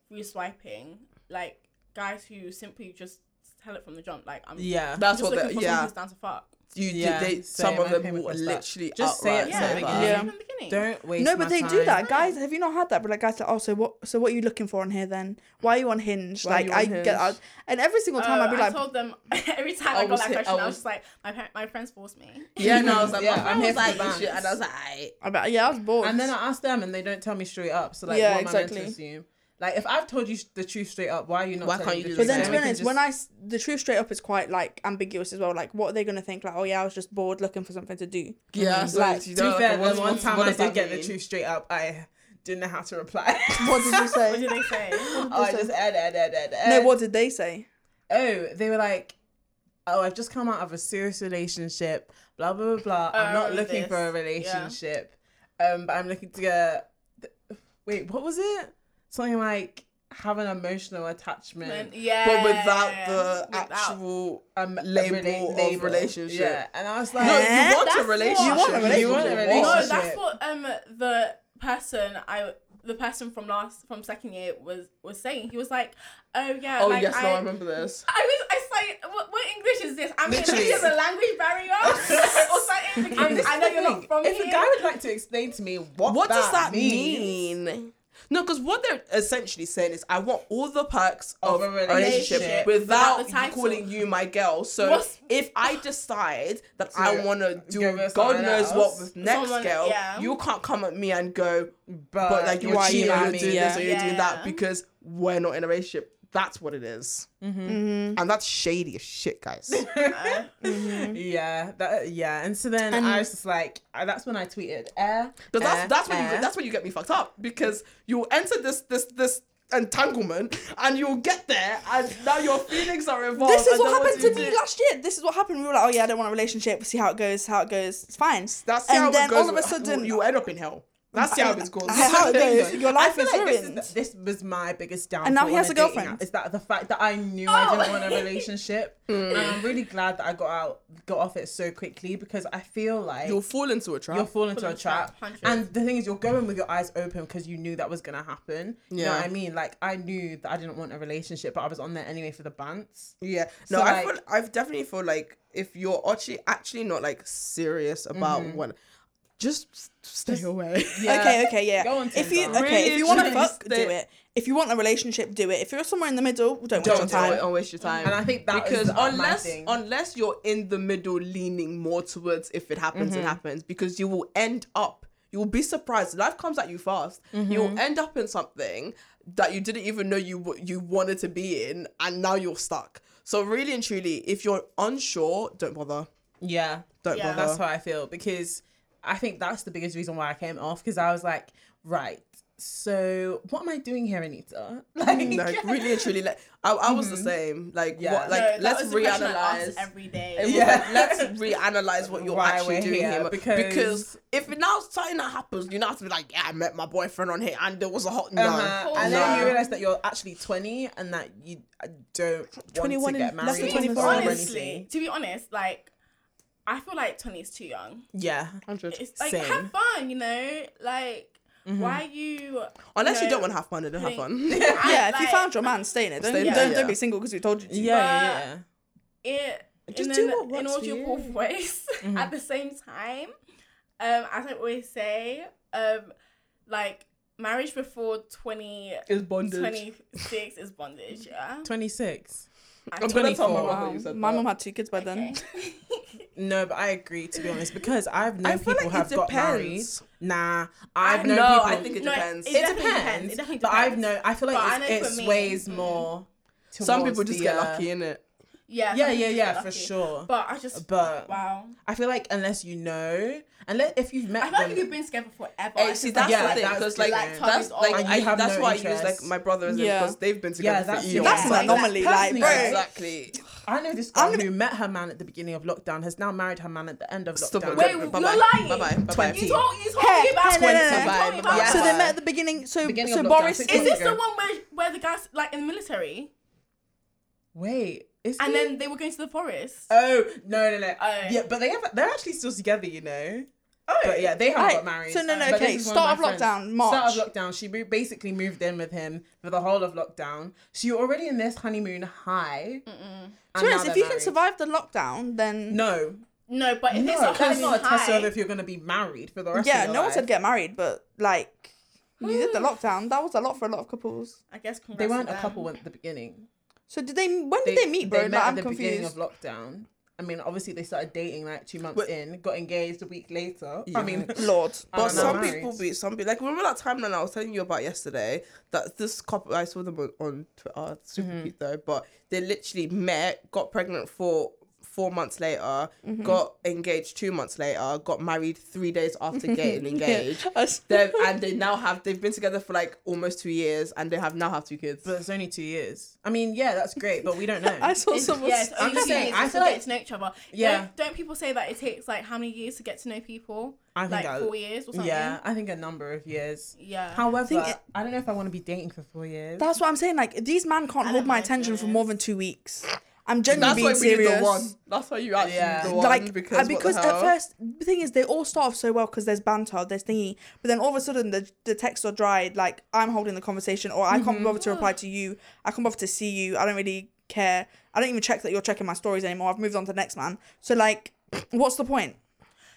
through swiping like guys who simply just tell it from the jump like I'm
Yeah.
I'm
That's
just
what.
looking
The,
for someone
yeah,
who's down to fuck.
you
Yeah,
did. They, some
same,
of
I
them
came
will
across that.
literally
Just say
outright
it from the
say that.
beginning.
yeah.
Yeah.
From the beginning.
Don't waste
No,
my
but they
time.
do that, guys. Have you not had that? But like, guys, like, oh, so what? So what are you looking for on here then? Why are you on Hinge?
Why are
like,
you on
I
Hinge? Oh,
get out, and every single time
Uh,
I'd be
I
like,
told them every time I,
I
got
was
that
hit- I
question, I was
was-
just like, my par- my friends forced me.
Yeah, no, I was like,
Yeah.
my friend
I
was
was
like,
like,
this shit, and I was like, aight.
I bet- yeah, I was bored.
And then I ask them, and they don't tell me straight up. So like,
Yeah,
what am I
exactly.
meant to assume? Like, if I've told you sh- the truth straight up, why are you not?
Why
telling
can't
me
you
the
do
But
truth?
the
then, to
same?
we can
be honest,
just-
when I s- the truth straight up is quite like ambiguous as well. Like, what are they gonna think? Like, oh yeah, I was just bored looking for something to do.
Yeah, so
Like,
you
to
don't
be
like
fair,
it. What-
the one
what-
time
what
I
does
did
that
get the
mean?
truth straight up, I didn't know how to reply.
What did you
What
say?
did they say?
oh, I just add, add, add, add,
no,
add.
what did they say?
eh." oh, they were like, oh, I've just come out of a serious relationship, blah, blah, blah, blah.
I
I'm
Oh,
not
remember
looking
this.
for a
Yeah.
relationship. Um, but I'm looking to get, wait, what was it? Something like, have an emotional attachment.
And- yeah.
But without the
Without-
actual
Um, a
Label
rela-
of relationship.
Yeah, and I was
No,
like,
you
Eh?
want
That's
a
what-
relationship.
You want a
relationship.
No,
relationship.
that's what um the person I the person from last from second year was was saying. He was like, "Oh yeah,
Oh
like
yes,
I,
no, I remember this.
I was I say, what, what English is this? I'm
Literally.
English is a language barrier or something.
and
Because
this
I
is
know
the
you're not
thing,
from
If
here.
a guy would like to explain to me what,
What does that
means,
mean? No, because what they're essentially saying is, I want all the perks
Of
of,
a
a relationship,
relationship
without
without,
the title.
calling you my girl. So
What's-
if I decide that I
To
want to do
give her
God
someone
knows
else.
what with next
Someone-
girl,
yeah.
you can't come at me and go,
but,
but like you're
why you
cheating,
mad
you're
me?
doing this,
Yeah.
or you're doing
Yeah.
that because we're not in a relationship. That's what it is. and that's shady as shit, guys.
Yeah, that yeah. And so then I was just like, I, that's when I tweeted, eh,
Because
eh,
that's that's when you
eh.
that's when you get me fucked up because you enter this this this entanglement and you'll get there and now your feelings are
Oh,
involved.
This is
and then
what happened
do
to
you
me
do?
last year. This is what happened. We were like, oh yeah, I don't want a relationship. We'll see how it goes. How it goes. It's fine.
That's
and
how it
then
goes.
all of a sudden,
you end up in hell. That's how it goes.
how it goes. Your
I
life
feel
is
like this,
ruined.
is, this was my biggest downfall.
now he
on
has a
dating
girlfriend.
app, Is that the fact that I knew I didn't
Oh.
want a relationship, and I'm really glad that I got out, got off it so quickly because I feel like
You'll fall into a trap.
you're falling into a
into a trap,
trap.
100.
And the thing is, you're going with your eyes open because you knew that was gonna happen. You know
Yeah.
what I mean? Like I knew that I didn't want a relationship, but I was on there anyway for the bants.
Yeah. No,
So, like-
I feel I've definitely feel like if you're actually actually not like serious about
Mm-hmm.
what just s- stay away.
Okay, okay, yeah.
uh, Go on
if you
Tinder.
okay, if you want to
Really
fuck,
just
do
that-
it. If you want a relationship, do it. If you're somewhere in the middle, don't, waste your
Don't do
time.
it. Don't waste your time.
And I think that is
because
the- my
unless
thing.
unless you're in the middle, leaning more towards if it happens,
Mm-hmm.
it happens. Because you will end up. You'll be surprised. Life comes at you fast.
Mm-hmm.
You'll end up in something that you didn't even know you w- you wanted to be in, and now you're stuck. So really and truly, if you're unsure, don't bother.
Yeah.
Don't
Yeah.
bother.
That's how I feel because I think that's the biggest reason why I came off because I was like, right, so what am I doing here, Anita? Like,
like really and truly, like I, I was the same. Like
Yeah.
what? Like
Mm-hmm. No, that
let's
was the question I asked
reanalyze.
every day.
It was
Yeah.
like, let's reanalyze what you're
Why
actually
we're
doing
here,
here. Because,
because-
if now something that happens, you now have to be like, yeah, I met my boyfriend on here and there was a hot. No.
uh-huh. And
No.
then you realize that you're actually 20 and that you uh, don't want
21
to
and
get
less than
married.
24
or
hours.
honestly,
anything.
to be honest, like I feel like 20 is too young.
Yeah.
It's like
Same.
have fun, you know, like
Mm-hmm.
why are you
Unless you
know,
don't want to have fun, then don't have fun.
I-
Yeah, if you
like,
found your man, stay in it. Don't,
Stay in it,
don't,
yeah.
don't be single because we told you to.
Yeah, yeah, yeah.
it
Just
in
do
an-
what works
in
for
audible
you.
voice at the same time. Um, as I always say, um, like marriage before 20,
It's bondage.
26 is bondage. Yeah,
26.
I'm gonna
24.
tell my mom
Wow.
that you said
My
that.
mom had two kids by then.
No, but I agree to be honest because I've known
feel
people
like
who have
it
got married.
depends.
Nah, I've
I-
known
No,
people.
I think it depends.
it
it
definitely
depends.
It definitely
But I've
depends.
known. I feel
But I
like
know
it's,
for
it
me-
sways more.
Some
towards
people just
the,
get
uh,
lucky in it.
Yeah,
Yeah,
some
yeah,
people
yeah,
get
for
lucky.
sure.
But I just,
But-
wow,
I feel like unless you know, unless if you've met
I feel like
them,
if you've been together forever,
Eh,
I
see,
just
that's
yeah,
the thing,
that's
because like
different.
that's like
And you
I,
have
that's
no
why I use like
interest.
my brothers
Yeah.
because they've been together
yeah,
for
that's
eons.
That's an
yeah.
anomaly, like,
personally,
bro.
Exactly.
I know this girl who met her man at the beginning of lockdown has now married her man at the end of
Stop
lockdown.
it.
Wait,
Bye-bye.
you're lying.
Bye-bye. Bye-bye.
You
20.
told, you told
Hey,
me about
hey, no, no, no.
You told me about
Yeah.
So
that.
they met at the beginning. So
Uh, Beginning
so
of lockdown,
Boris
six
Is
is
months.
this the one where where the guys like in the military?
Wait, Is
and
he?
then they were going to the forest.
oh no no no
Oh.
yeah, but they have they're actually still together, you know. Oh, but yeah, they haven't
Right,
got married.
so no, no,
But
okay,
this is one my
start of
friends.
lockdown, March.
Start of lockdown. She mo- basically moved in with him for the whole of lockdown. So you're already in this honeymoon high.
Mm.
To be honest, if you can survive the lockdown, then
no,
no, but if
no,
it's a
that's not a test
high,
of if you're going to be married for the rest.
yeah,
of your
no one
life.
said get married, but like you did the lockdown. That was a lot for a lot of couples.
I guess
They
congrats to
weren't a
them.
couple at the beginning.
So did they? When did they, meet, bro?
met
like,
at
I'm
the beginning
confused.
of lockdown. I mean, obviously they started dating like two months
But-
in, got engaged a week later. I mean,
Lord,
I
But
don't know.
some
Married.
people be some people like remember that timeline I was telling you about yesterday that this couple I saw them on, on Twitter super
Mm-hmm.
cute though but they literally met got pregnant for four months later
Mm-hmm.
got engaged two months later got married three days after getting engaged Then, and they now have they've been together for like almost two years and they have now have two kids
but it's only two years. I mean, yeah, that's great, but we don't know.
I saw
It's-
someone.
yeah, it's
s-
only
just
two
saying,
years
I
to
feel
get
like-
to know each other.
Yeah.
Don't, don't people say that it takes like how many years to get to know people?
I think
like
I-
four years or something.
yeah, I think a number of years.
Yeah.
However, I,
think it-
don't know if I want to be dating for four years.
That's what I'm saying. Like these men can't hold
don't
my
mind
attention for
this.
more than two weeks. I'm genuinely
that's
being
why we need
serious.
the one that's why you actually
Yeah.
need the one
Like because,
what the
because at
hell?
first the thing is they all start off so well because there's banter, there's thingy, but then all of a sudden the the texts are dried. Like I'm holding the conversation, or I can't bother to reply to you. I can't bother to see you. I don't really care. I don't even check that you're checking my stories anymore. I've moved on to the next man. So like, what's the point?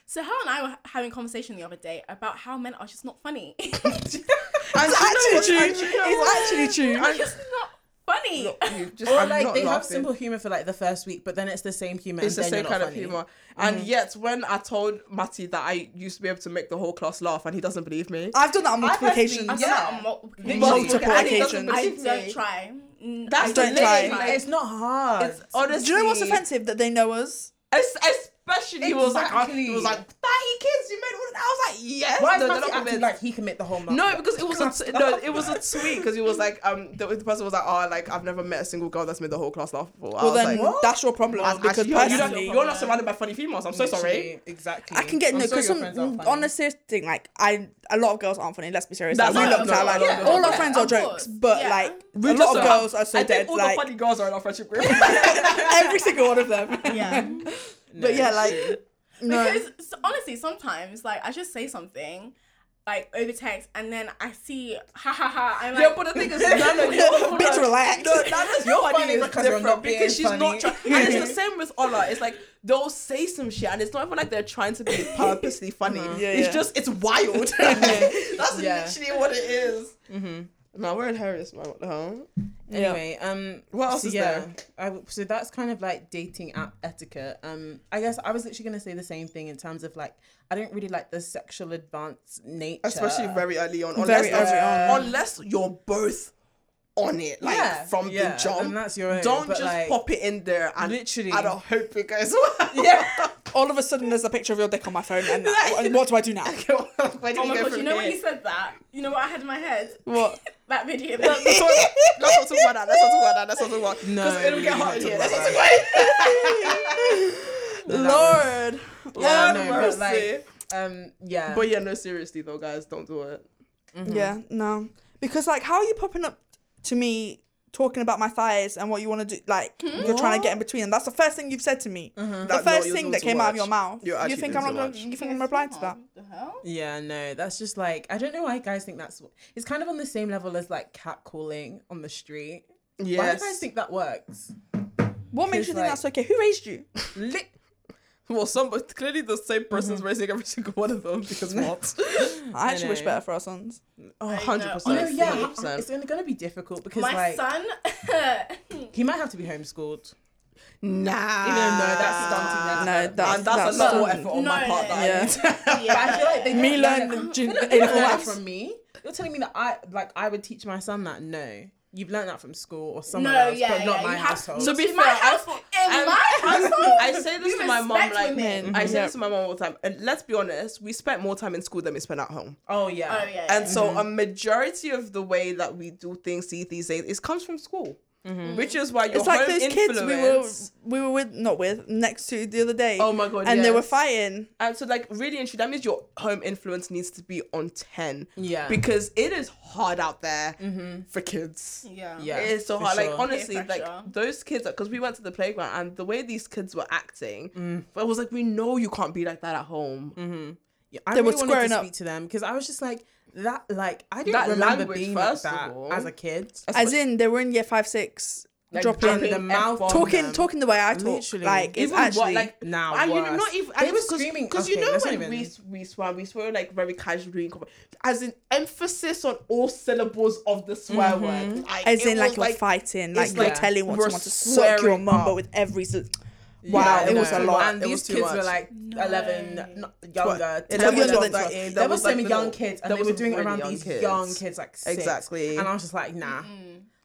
So Hal and I were having a conversation the other day about how men are just not funny.
and
It's
you know what-
actually
and
true.
you know what?
It's actually true.
They're just not funny.
Look, you just-
or
I'm
like
not
they have
laughing.
simple humor for like the first week, but then it's the same humor.
It's the
and then
same
you're not
kind of
funny. Mm.
humor. And yet, when I told Matty that I used to be able to make the whole class laugh, and he doesn't believe me.
I've done that on multiple
I've had
occasions.
the-
I've done that
yeah.
on multiple
Multiple
occasions.
and he doesn't
occasions.
I
believe
don't
me.
try. Mm,
That's
I
the
don't
thing.
try.
It's not hard.
It's honestly.
Do you know what's offensive that they know us?
Es- especially he was like, I- he
Exactly.
was like thirty kids. You made one. I was like, yes.
Why is
no,
Matthew
they're not
acting
convinced.
like he can make the whole month?
No, because it was a t- no, it was a tweet because it was like um the, the person was like oh like I've never met a single girl that's made the whole class laugh before. I
Well,
was
then
like,
that's your problem.
Actually, you're,
because
you
personally,
don't, you're not surrounded by funny females. I'm so sorry.
Exactly.
I can get
I'm
no
sorry
because
your
some
friends aren't funny.
on the serious thing, like I a lot of girls aren't funny. Let's be serious.
That's
Like, we
right,
looked
no,
at like
no, no,
all
no,
our
no.
friends
Yeah,
are
of
jokes,
course.
but
Yeah.
like
We
a
just
lot of
don't have-
girls are so
I
dead.
Think all
Like
the funny girls are in our friendship group.
every single one of them.
Yeah.
but yeah, like no.
Because s- honestly, sometimes like I just say something like over text, and then I see ha ha ha. I'm like,
yeah, but the thing is, none of your
Bitch, relax.
No, that is your funny
funny
is
because you're
different
not being
because she's not
funny.
trying. And it's the same with Ola. It's like they'll say some shit, and it's not even like they're trying to be purposely funny.
Yeah,
it's
yeah.
just it's wild. That's
Yeah.
literally what it is. No, we're in Harris, man. What the hell?
Anyway, um,
What else
so
is there?
I w- so that's kind of like dating app etiquette. Um, I guess I was literally gonna say the same thing in terms of like I don't really like the sexual advance nature,
Especially very early on. Unless,
Very early on.
unless you're both on it, like
Yeah,
from
yeah,
the jump.
and that's your own,
Don't
but,
just
like,
pop it in there and
literally-
I don't hope it goes well.
Yeah.
all of a sudden there's a picture of your dick on my phone, and, and what do I do now?
Where do
oh my
we go
god,
from
you know
here?
when you said that, you know what I had in my head?
What?
That video.
Let's not talk about that. Let's not talk about that. Let's not talk about that.
No,
because it'll
we
get
don't
hot
talk
in here.
about
Let's not talk about it.
Lord,
Yeah,
Lord
no,
mercy.
but like, um, yeah,
but yeah, no, seriously though, guys, don't do it.
yeah, no, because like how are you popping up to me? Talking about my thighs and what you want to do, like you're trying to get in between them. That's the first thing you've said to me. The
That- no,
first
you're
thing
doing
that
too
came out of your
much.
mouth.
You're
you
actually
think I'm
doing
not
too
going?
much.
You think I'm replying to that?
The hell?
yeah. No, that's just like I don't know why guys think that's it's kind of on the same level as like catcalling on the street. Why do
Yes.
guys think that works?
What makes
She's
you think
like-
that's okay? Who raised you?
Li- well, some but clearly the same person's raising every single one of them because what?
I actually wish
know.
better for our sons.
Oh,
No,
No,
percent.
yeah, it's gonna, gonna be difficult because
My
like
son.
he might have to be homeschooled.
Nah.
Even though
Ah.
that's stunting. That's
No, that's,
Uh-huh. and that's,
that's
a lot more
not-
effort on
No,
my part.
no,
That
Yeah.
I need.
But I feel like they
Me
don't learn
learn
it-
gin-
they don't- they
in
don't learn it
class.
from me. You're telling me that I like I would teach my son that no, you've learned that from school or somewhere
No,
else,
yeah,
but not
yeah,
my
you have-
household.
To be
In my
fair, I-
household. In
Um,
my household.
I say this
we
to my mom
respect
like mm-hmm.
women.
I say
Mm-hmm. Yeah.
this to my mom all the time. And let's be honest, we spent more time in school than we spent at home.
oh yeah,
Oh yeah.
mm-hmm.
And so a majority of the way that we do things, see these things, it comes from school. which is why your
Mm-hmm. It's like
home
those
influence.
kids we were we were with not with next to the other day.
Oh my God,
And they were
yes.
fighting.
And so, like, really and truly, that means your home influence needs to be on 10.
Yeah.
Because it is hard out there
Mm-hmm.
for kids.
Yeah.
Yeah.
It is so
for
hard.
sure.
Like, honestly,
Peer
like,
pressure.
those kids, because we went to the playground and the way these kids were acting,
Mm.
I was like, we know you can't be like that at home.
Yeah, I
They were
really wanted
squaring
to
up.
speak to them because I was just like that. Like I didn't
That
remember
language,
being
first of
like that
all.
as a kid.
As in they were in year five, six,
Like,
dropping
dropping the mouth
F-bomb
talking
them.
talking the way I talk.
Literally.
Like it's
Even
actually
what, like
now
and you know,
worse.
not even
They were screaming-
because you
okay,
know
let's not
when
even-
we we swear we swear like very casually in conver- as an emphasis on all syllables of the swear word like,
as
it
in like
was
you're fighting, like
it's
you're
like
telling one
we're
someone to suck your
swearing
mum,
up.
but with every. s- Wow,
Yeah,
it
I
was a
know.
lot.
And
it
these
was too
kids
much.
were like 11, not younger, 10, 11,
Younger
12,
than 12.
There
That
were
was,
so
like,
many
little-
young kids, and
that
they were
was
doing it
really
around
young
these
kids.
young kids, like six.
Exactly.
And I was just like, nah.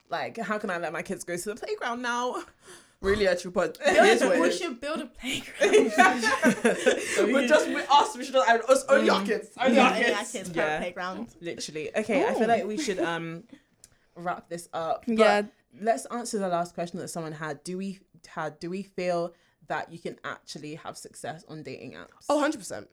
Like, how can I let my kids go to the playground now?
really at you but here's
Build,
where
we
it is.
should build a playground.
we're just with us we should not and us only our kids only our
yeah, yeah,
kids
kids
Yeah.
playground.
Literally. Okay, I feel like we should um wrap this up. But
Yeah.
Let's answer the last question that someone had. Do we had do we feel that you can actually have success on dating apps?
oh 100 percent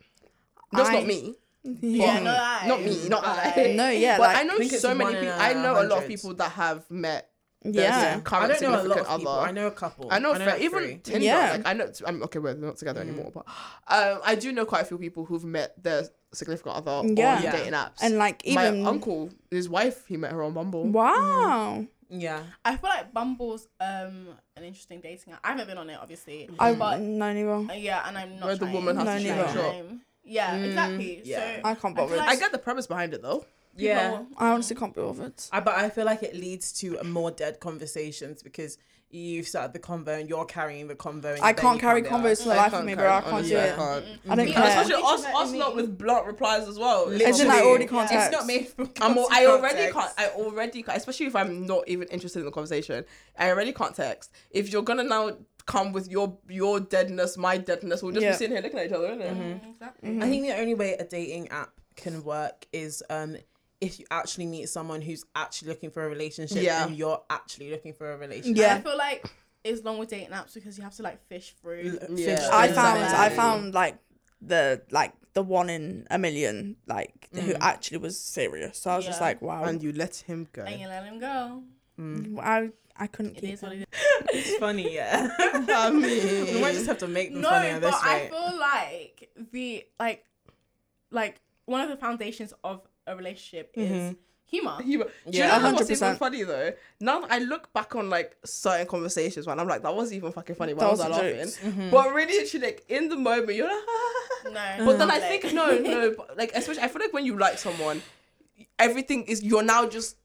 that's
I-
not me
Yeah.
no, I-
not me not I
No, yeah,
but
like-
I know
think it's
so many
one in
people
a
I know a lot of
hundred.
people that have met their
Yeah.
current
I don't know a lot
significant
of people.
other.
I know a couple.
I know, Mm. fr-
like
even
three.
Tinder.
Yeah.
Like I know, I'm okay. We're not together anymore, but um, I do know quite a few people who've met their significant other
Yeah.
on
Yeah.
dating apps.
And like
my
even
uncle, his wife, he met her on Bumble.
wow.
Mm.
Yeah.
I feel like Bumble's um an interesting dating app. I haven't been on it obviously,
Mm. I
but
no, neither.
uh, yeah, and I'm not.
Where the
trying.
woman
has to
I'm
No,
not
no.
trying. Yeah, exactly.
yeah.
So
Mm. I can't bother.
feel
I,
I
like-
get the premise behind it though.
Yeah.
people-
I honestly can't be bothered.
I, but I feel like it leads to more dead conversations because you've started the convo and you're carrying the convo. And
I
then
can't
you
carry
can't be like-
convos for the life of me, bro. I can't
honestly,
do it.
I can't.
I don't
Yeah.
care.
Especially us,
Literally.
us lot with blunt replies as well. It's
As in, I
not-
already
Yeah.
can't
It's
text.
not made for.
I'm all, I
context.
already can't. I already can't. Especially if I'm not even interested in the conversation. I already can't text. If you're gonna now come with your your deadness, my deadness, we'll just
Yeah. Mm-hmm.
be sitting here looking at each other, innit?
Exactly.
I think the only way a dating app can work is um if you actually meet someone who's actually looking for a relationship
Yeah.
and you're actually looking for a relationship.
Yeah.
I feel like it's long with dating apps because you have to like fish through.
Fish
Yeah.
through
I
the
found
menu.
I found like the like the one in a million like who actually was serious. So I was just
Yeah.
like, wow, mm,
and you let him go.
And you let him go.
I I couldn't
It
keep.
is what it is.
it's funny, yeah.
I mean,
we might just have to make them
No,
funny at
but
this
I
rate.
feel like the like like one of the foundations of a relationship is
Mm-hmm.
humor.
You- Do
Yeah,
you know what's even
100%.
funny though? Now that I look back on like certain conversations, when I'm like, that was even fucking funny. Why
That
was I
was
laughing?
jokes. Mm-hmm.
But really, actually, like in the moment, you're like,
No,
but then I
like-
think no, no, but, like especially I feel like when you like someone, everything is you're now just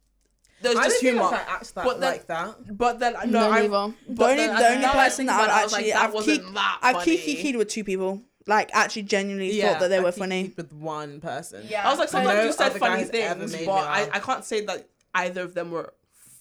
there's
I
just
don't
humor.
think I've act that
But then-
like that.
But then no, I'm,
No, neither.
but
The only
then
the
I-
only
now I
person
think
that
about it, I
I've
was like,
actually
that
I've
wasn't
keep
that
I've
funny.
key key with two people. Like actually genuinely thought that they
I
were
keep
funny.
with one person.
Yeah.
I was like,
No
sometimes you said
other
funny
guys ever
things,
made me
but I,
laugh.
I can't say that either of them were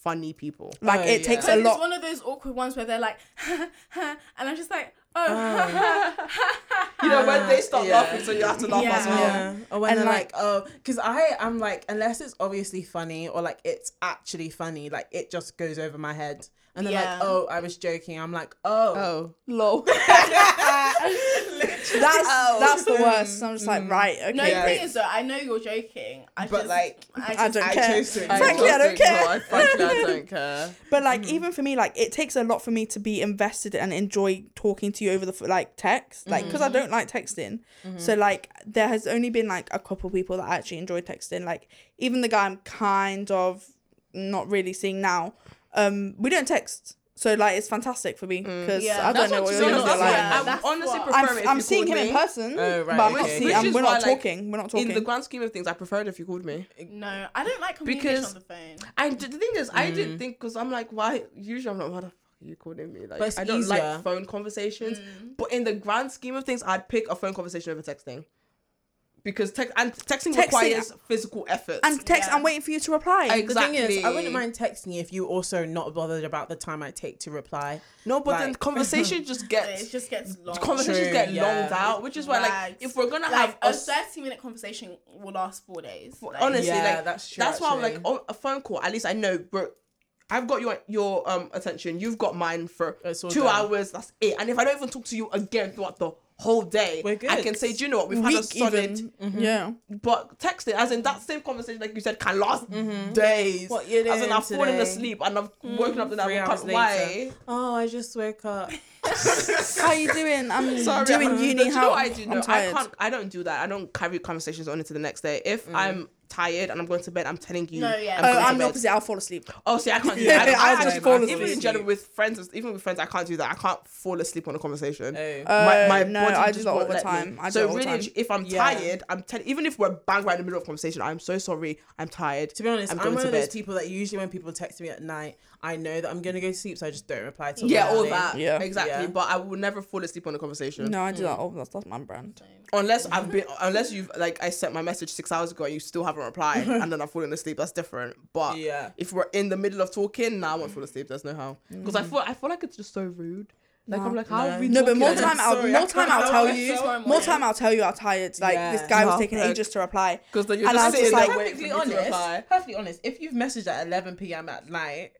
funny people.
Like
Oh,
it
yeah.
takes
So
a
it's
lot.
one of those awkward ones where they're like, and I'm just like, oh,
You know, when they start
Yeah.
laughing, so you have to laugh
Yeah.
as well.
Yeah. Or when
And
they're
like-
like, oh, because I am like, unless it's obviously funny or like it's actually funny, like it just goes over my head. And they're
Yeah.
like, oh, I was joking. I'm like, oh.
Oh, lol.
That's that's the worst. I'm just like right, okay.
no.
great.
The thing is, though, I know you're joking. I
But
just,
like,
I,
I
just,
don't
I
care.
chose to ignore
Frankly, I don't care.
Frankly, I don't care.
But like even for me, like it takes a lot for me to be invested and enjoy talking to you over the ph- like text, like because I
Mm-hmm.
don't like texting. So like there has only been like a couple people that I actually enjoy texting. Like even the guy I'm kind of not really seeing now, um, we don't text. So like it's fantastic for me because
Yeah.
I don't know what
you
your
know,
lives are
Mm. that's
like.
why
That's
I honestly
what-
prefer it if
I'm, I'm
you
seeing
called
him in
me.
person,
Oh, right,
but I'm not
okay.
seeing.
Which
I'm,
is
we're not
why, like,
talking. We're not talking.
In the grand scheme of things, I preferred if you called me.
no, I don't like communication
Because-
on the phone.
I d- the thing is, I didn't think because I'm like, why? Usually, I'm like, why the fuck are you calling me? Like,
But it's
I don't
easier.
like phone conversations. But in the grand scheme of things, I'd pick a phone conversation over texting because text and texting,
Texting-
requires physical effort.
and text.
Yeah.
I'm waiting for you to reply.
The thing is, I wouldn't
Exactly.
mind texting you if you also not bothered about the time I take to reply.
no, but then
like-
conversation just gets
It just gets long.
conversations
True,
get
yeah.
longed out, which is why, like,
Drags.
if we're gonna
Like,
have
a
us.
thirty-minute conversation will last four days. Like,
honestly,
Yeah,
like
that's
that's
true,
why I'm like
actually.
on a phone call. At least I know, bro. I've got your your um attention. You've got mine for
It's all
two
done.
hours. That's it. And if I don't even talk to you again throughout the whole day,
We're good.
I can say, do you know what? We've had a
Week
solid,
even.
Mm-hmm.
Yeah.
but texting, as in that same conversation, like you said, can last days.
Mm-hmm. What you
As in
doing
I've fallen
today?
asleep and I've woken up and
Three
I've
hours
come.
later.
Why?
Oh, I just woke up.
How you doing? I'm
Sorry,
doing
I'm-
uni.
But you know
how
what I do? No,
I'm
I
tired.
can't. I don't do that. I don't carry conversations on into the next day. If
Mm-hmm.
I'm tired and I'm going to bed, I'm telling you.
No, yeah.
I'm
Oh,
Uh,
going to
I'm the
bed.
opposite. I'll fall asleep.
Oh, see, I can't do
Yeah,
that. I, I,
I'll
I
just
just
fall
fall Even
asleep.
in general, with friends, even with friends, I can't do that. I can't fall asleep on a conversation.
Oh.
Oh, no, I do
just
that all
won't
the
let me.
time. I do
so
it all the
really,
time.
if I'm
Yeah.
tired, I'm telling. Even if we're bang right in the middle of conversation, I'm so sorry. I'm tired.
To be honest,
I'm
I'm,
going
one
to
of those
bed.
people that usually when people text me at night, I know that I'm gonna go to sleep, so I just don't reply to
yeah, all that.
Yeah.
exactly.
Yeah.
But I will never fall asleep on a conversation
No,
mm.
I do that all the That's my brand.
unless I've been unless you've like I sent my message six hours ago and you still haven't replied, and then I've fallen asleep. That's different. But
Yeah.
if we're in the middle of talking, now nah, I won't fall asleep. There's no how because I feel I feel like it's just so rude. Like I'm like how are we
Mm. No, but
talking?
more
Like,
time I'll
sorry, I
more time I'll
can't-
tell
I'm
you.
sorry.
morning.
More time I'll tell you how tired. Like
Yeah.
this guy was
No,
taking
like-
ages to reply.
'Cause then you're
And
just
I was
sitting
just
there
like-
waiting for me
perfectly
to reply.
honest, perfectly honest, if you've messaged at 11 p.m. at night,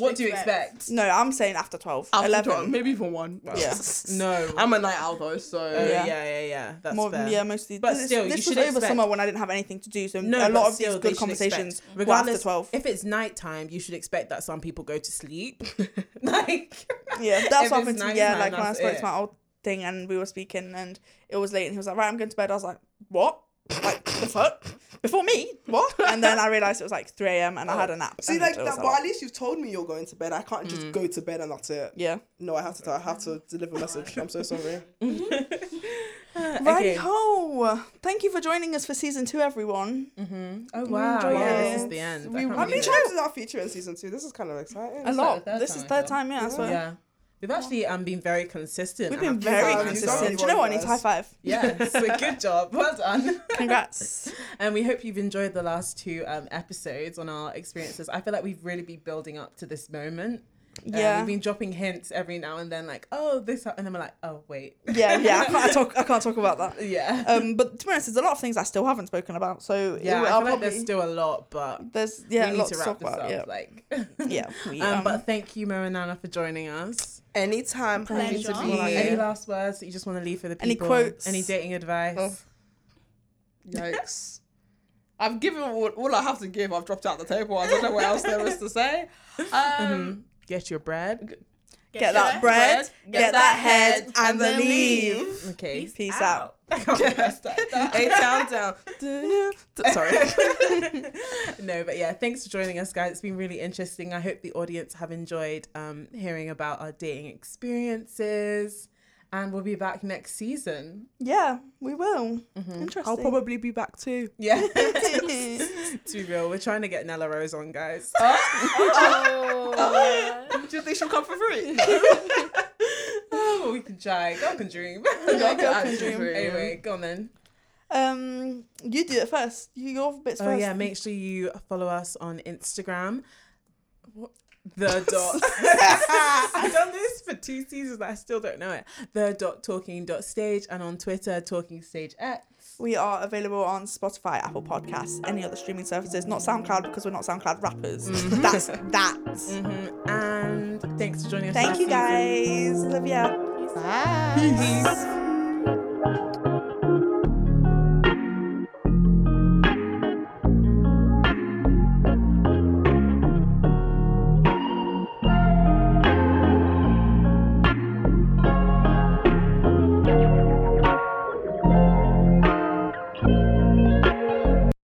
what do you expect?
No, I'm saying after twelve.
After
Eleven.
12, maybe even one.
Yeah.
No.
I'm a night owl though, so
Oh,
yeah.
yeah, yeah, yeah, That's
More,
fair.
Mm, yeah, most of these.
But
this,
still,
this
you
was
should
over
expect-
summer when I didn't have anything to do, so
No,
a
but
lot of
still,
these
they
good
should
conversations
expect-
were after twelve.
If it's nighttime, you should expect that some people go to sleep. like,
yeah, that's
if
what happened
it's
to me. Yeah,
nighttime,
like when I
that's
spoke
it.
to my old thing and we were speaking and it was late and he was like, right, I'm going to bed. I was like, what? Like the fuck? Before me? What? And then I realized it was like 3 a.m.
Oh.
and I had a nap.
See,
and
like
it was
that,
a
but
lot.
at least you've told me you're going to bed. I can't just go to bed and that's it.
Yeah.
No, I have to. I have to deliver a message. I'm so sorry.
Right ho! Thank you for joining us for season two, everyone.
oh wow,
enjoy
yeah, this is
it.
the end.
We-
I can't
I
How
believe it.
many times is our feature in season two? This is kind of exciting.
A lot.
the third
This is
time,
third
though.
time, yeah. I swear.
Yeah, we've actually um been very consistent.
We've
and
been
I feel
very
like-
consistent. Do you
everyone
know what? I need to high
was.
five.
Yeah, so good job. Well done.
Congrats.
And we hope you've enjoyed the last two um, episodes on our experiences. I feel like we've really been building up to this moment. Uh,
Yeah.
we've been dropping hints every now and then, like, oh, this, hap-" and then we're like, oh, wait.
yeah, yeah. I can't, I talk, I can't talk about that.
Yeah.
Um, but to be honest, there's a lot of things I still haven't spoken about. So
yeah, I feel
I'll
like
probably-
there's still a lot, but
there's yeah,
we need
lots
to
talk
wrap this
about.
up.
yeah,
Like,
yeah. we,
um,
um,
but thank you, Mo and Nana, for joining us.
Anytime. Happy to
Pleasure.
be
Yeah.
Any
here.
last words that you just want to leave for the people?
Any quotes?
Any dating advice?
Oh. Yikes. I've given all, all I have to give. I've dropped out the table. I don't know what else there is to say. Um,
Hmm. Get your bread.
get that bread, get that head, and then leave.
Okay.
Peace out.
Eight down, down. Sorry.
no, but yeah, thanks for joining us, guys. It's been really interesting. I hope the audience have enjoyed um, hearing about our dating experiences. And we'll be back next season.
Yeah, we will.
Mm-hmm.
Interesting.
I'll probably be back too.
Yeah. to be real, we're trying to get Nella Rose on, guys.
Do you think she'll come for free?
oh, we can try. Go can dream. Anyway, go on then.
um, you do it first. You your bits
Oh
first.
yeah, make sure you follow us on Instagram. What? The dot. I've done this for two seasons. I still don't know it. The dot talking dot stage and on Twitter talking stage X.
We are available on Spotify, Apple Podcasts, any other streaming services. Not SoundCloud because we're not SoundCloud rappers. That's that.
Mm-hmm. And thanks for joining us.
Thank
last
you
season.
guys. Love ya.
Bye.
Peace.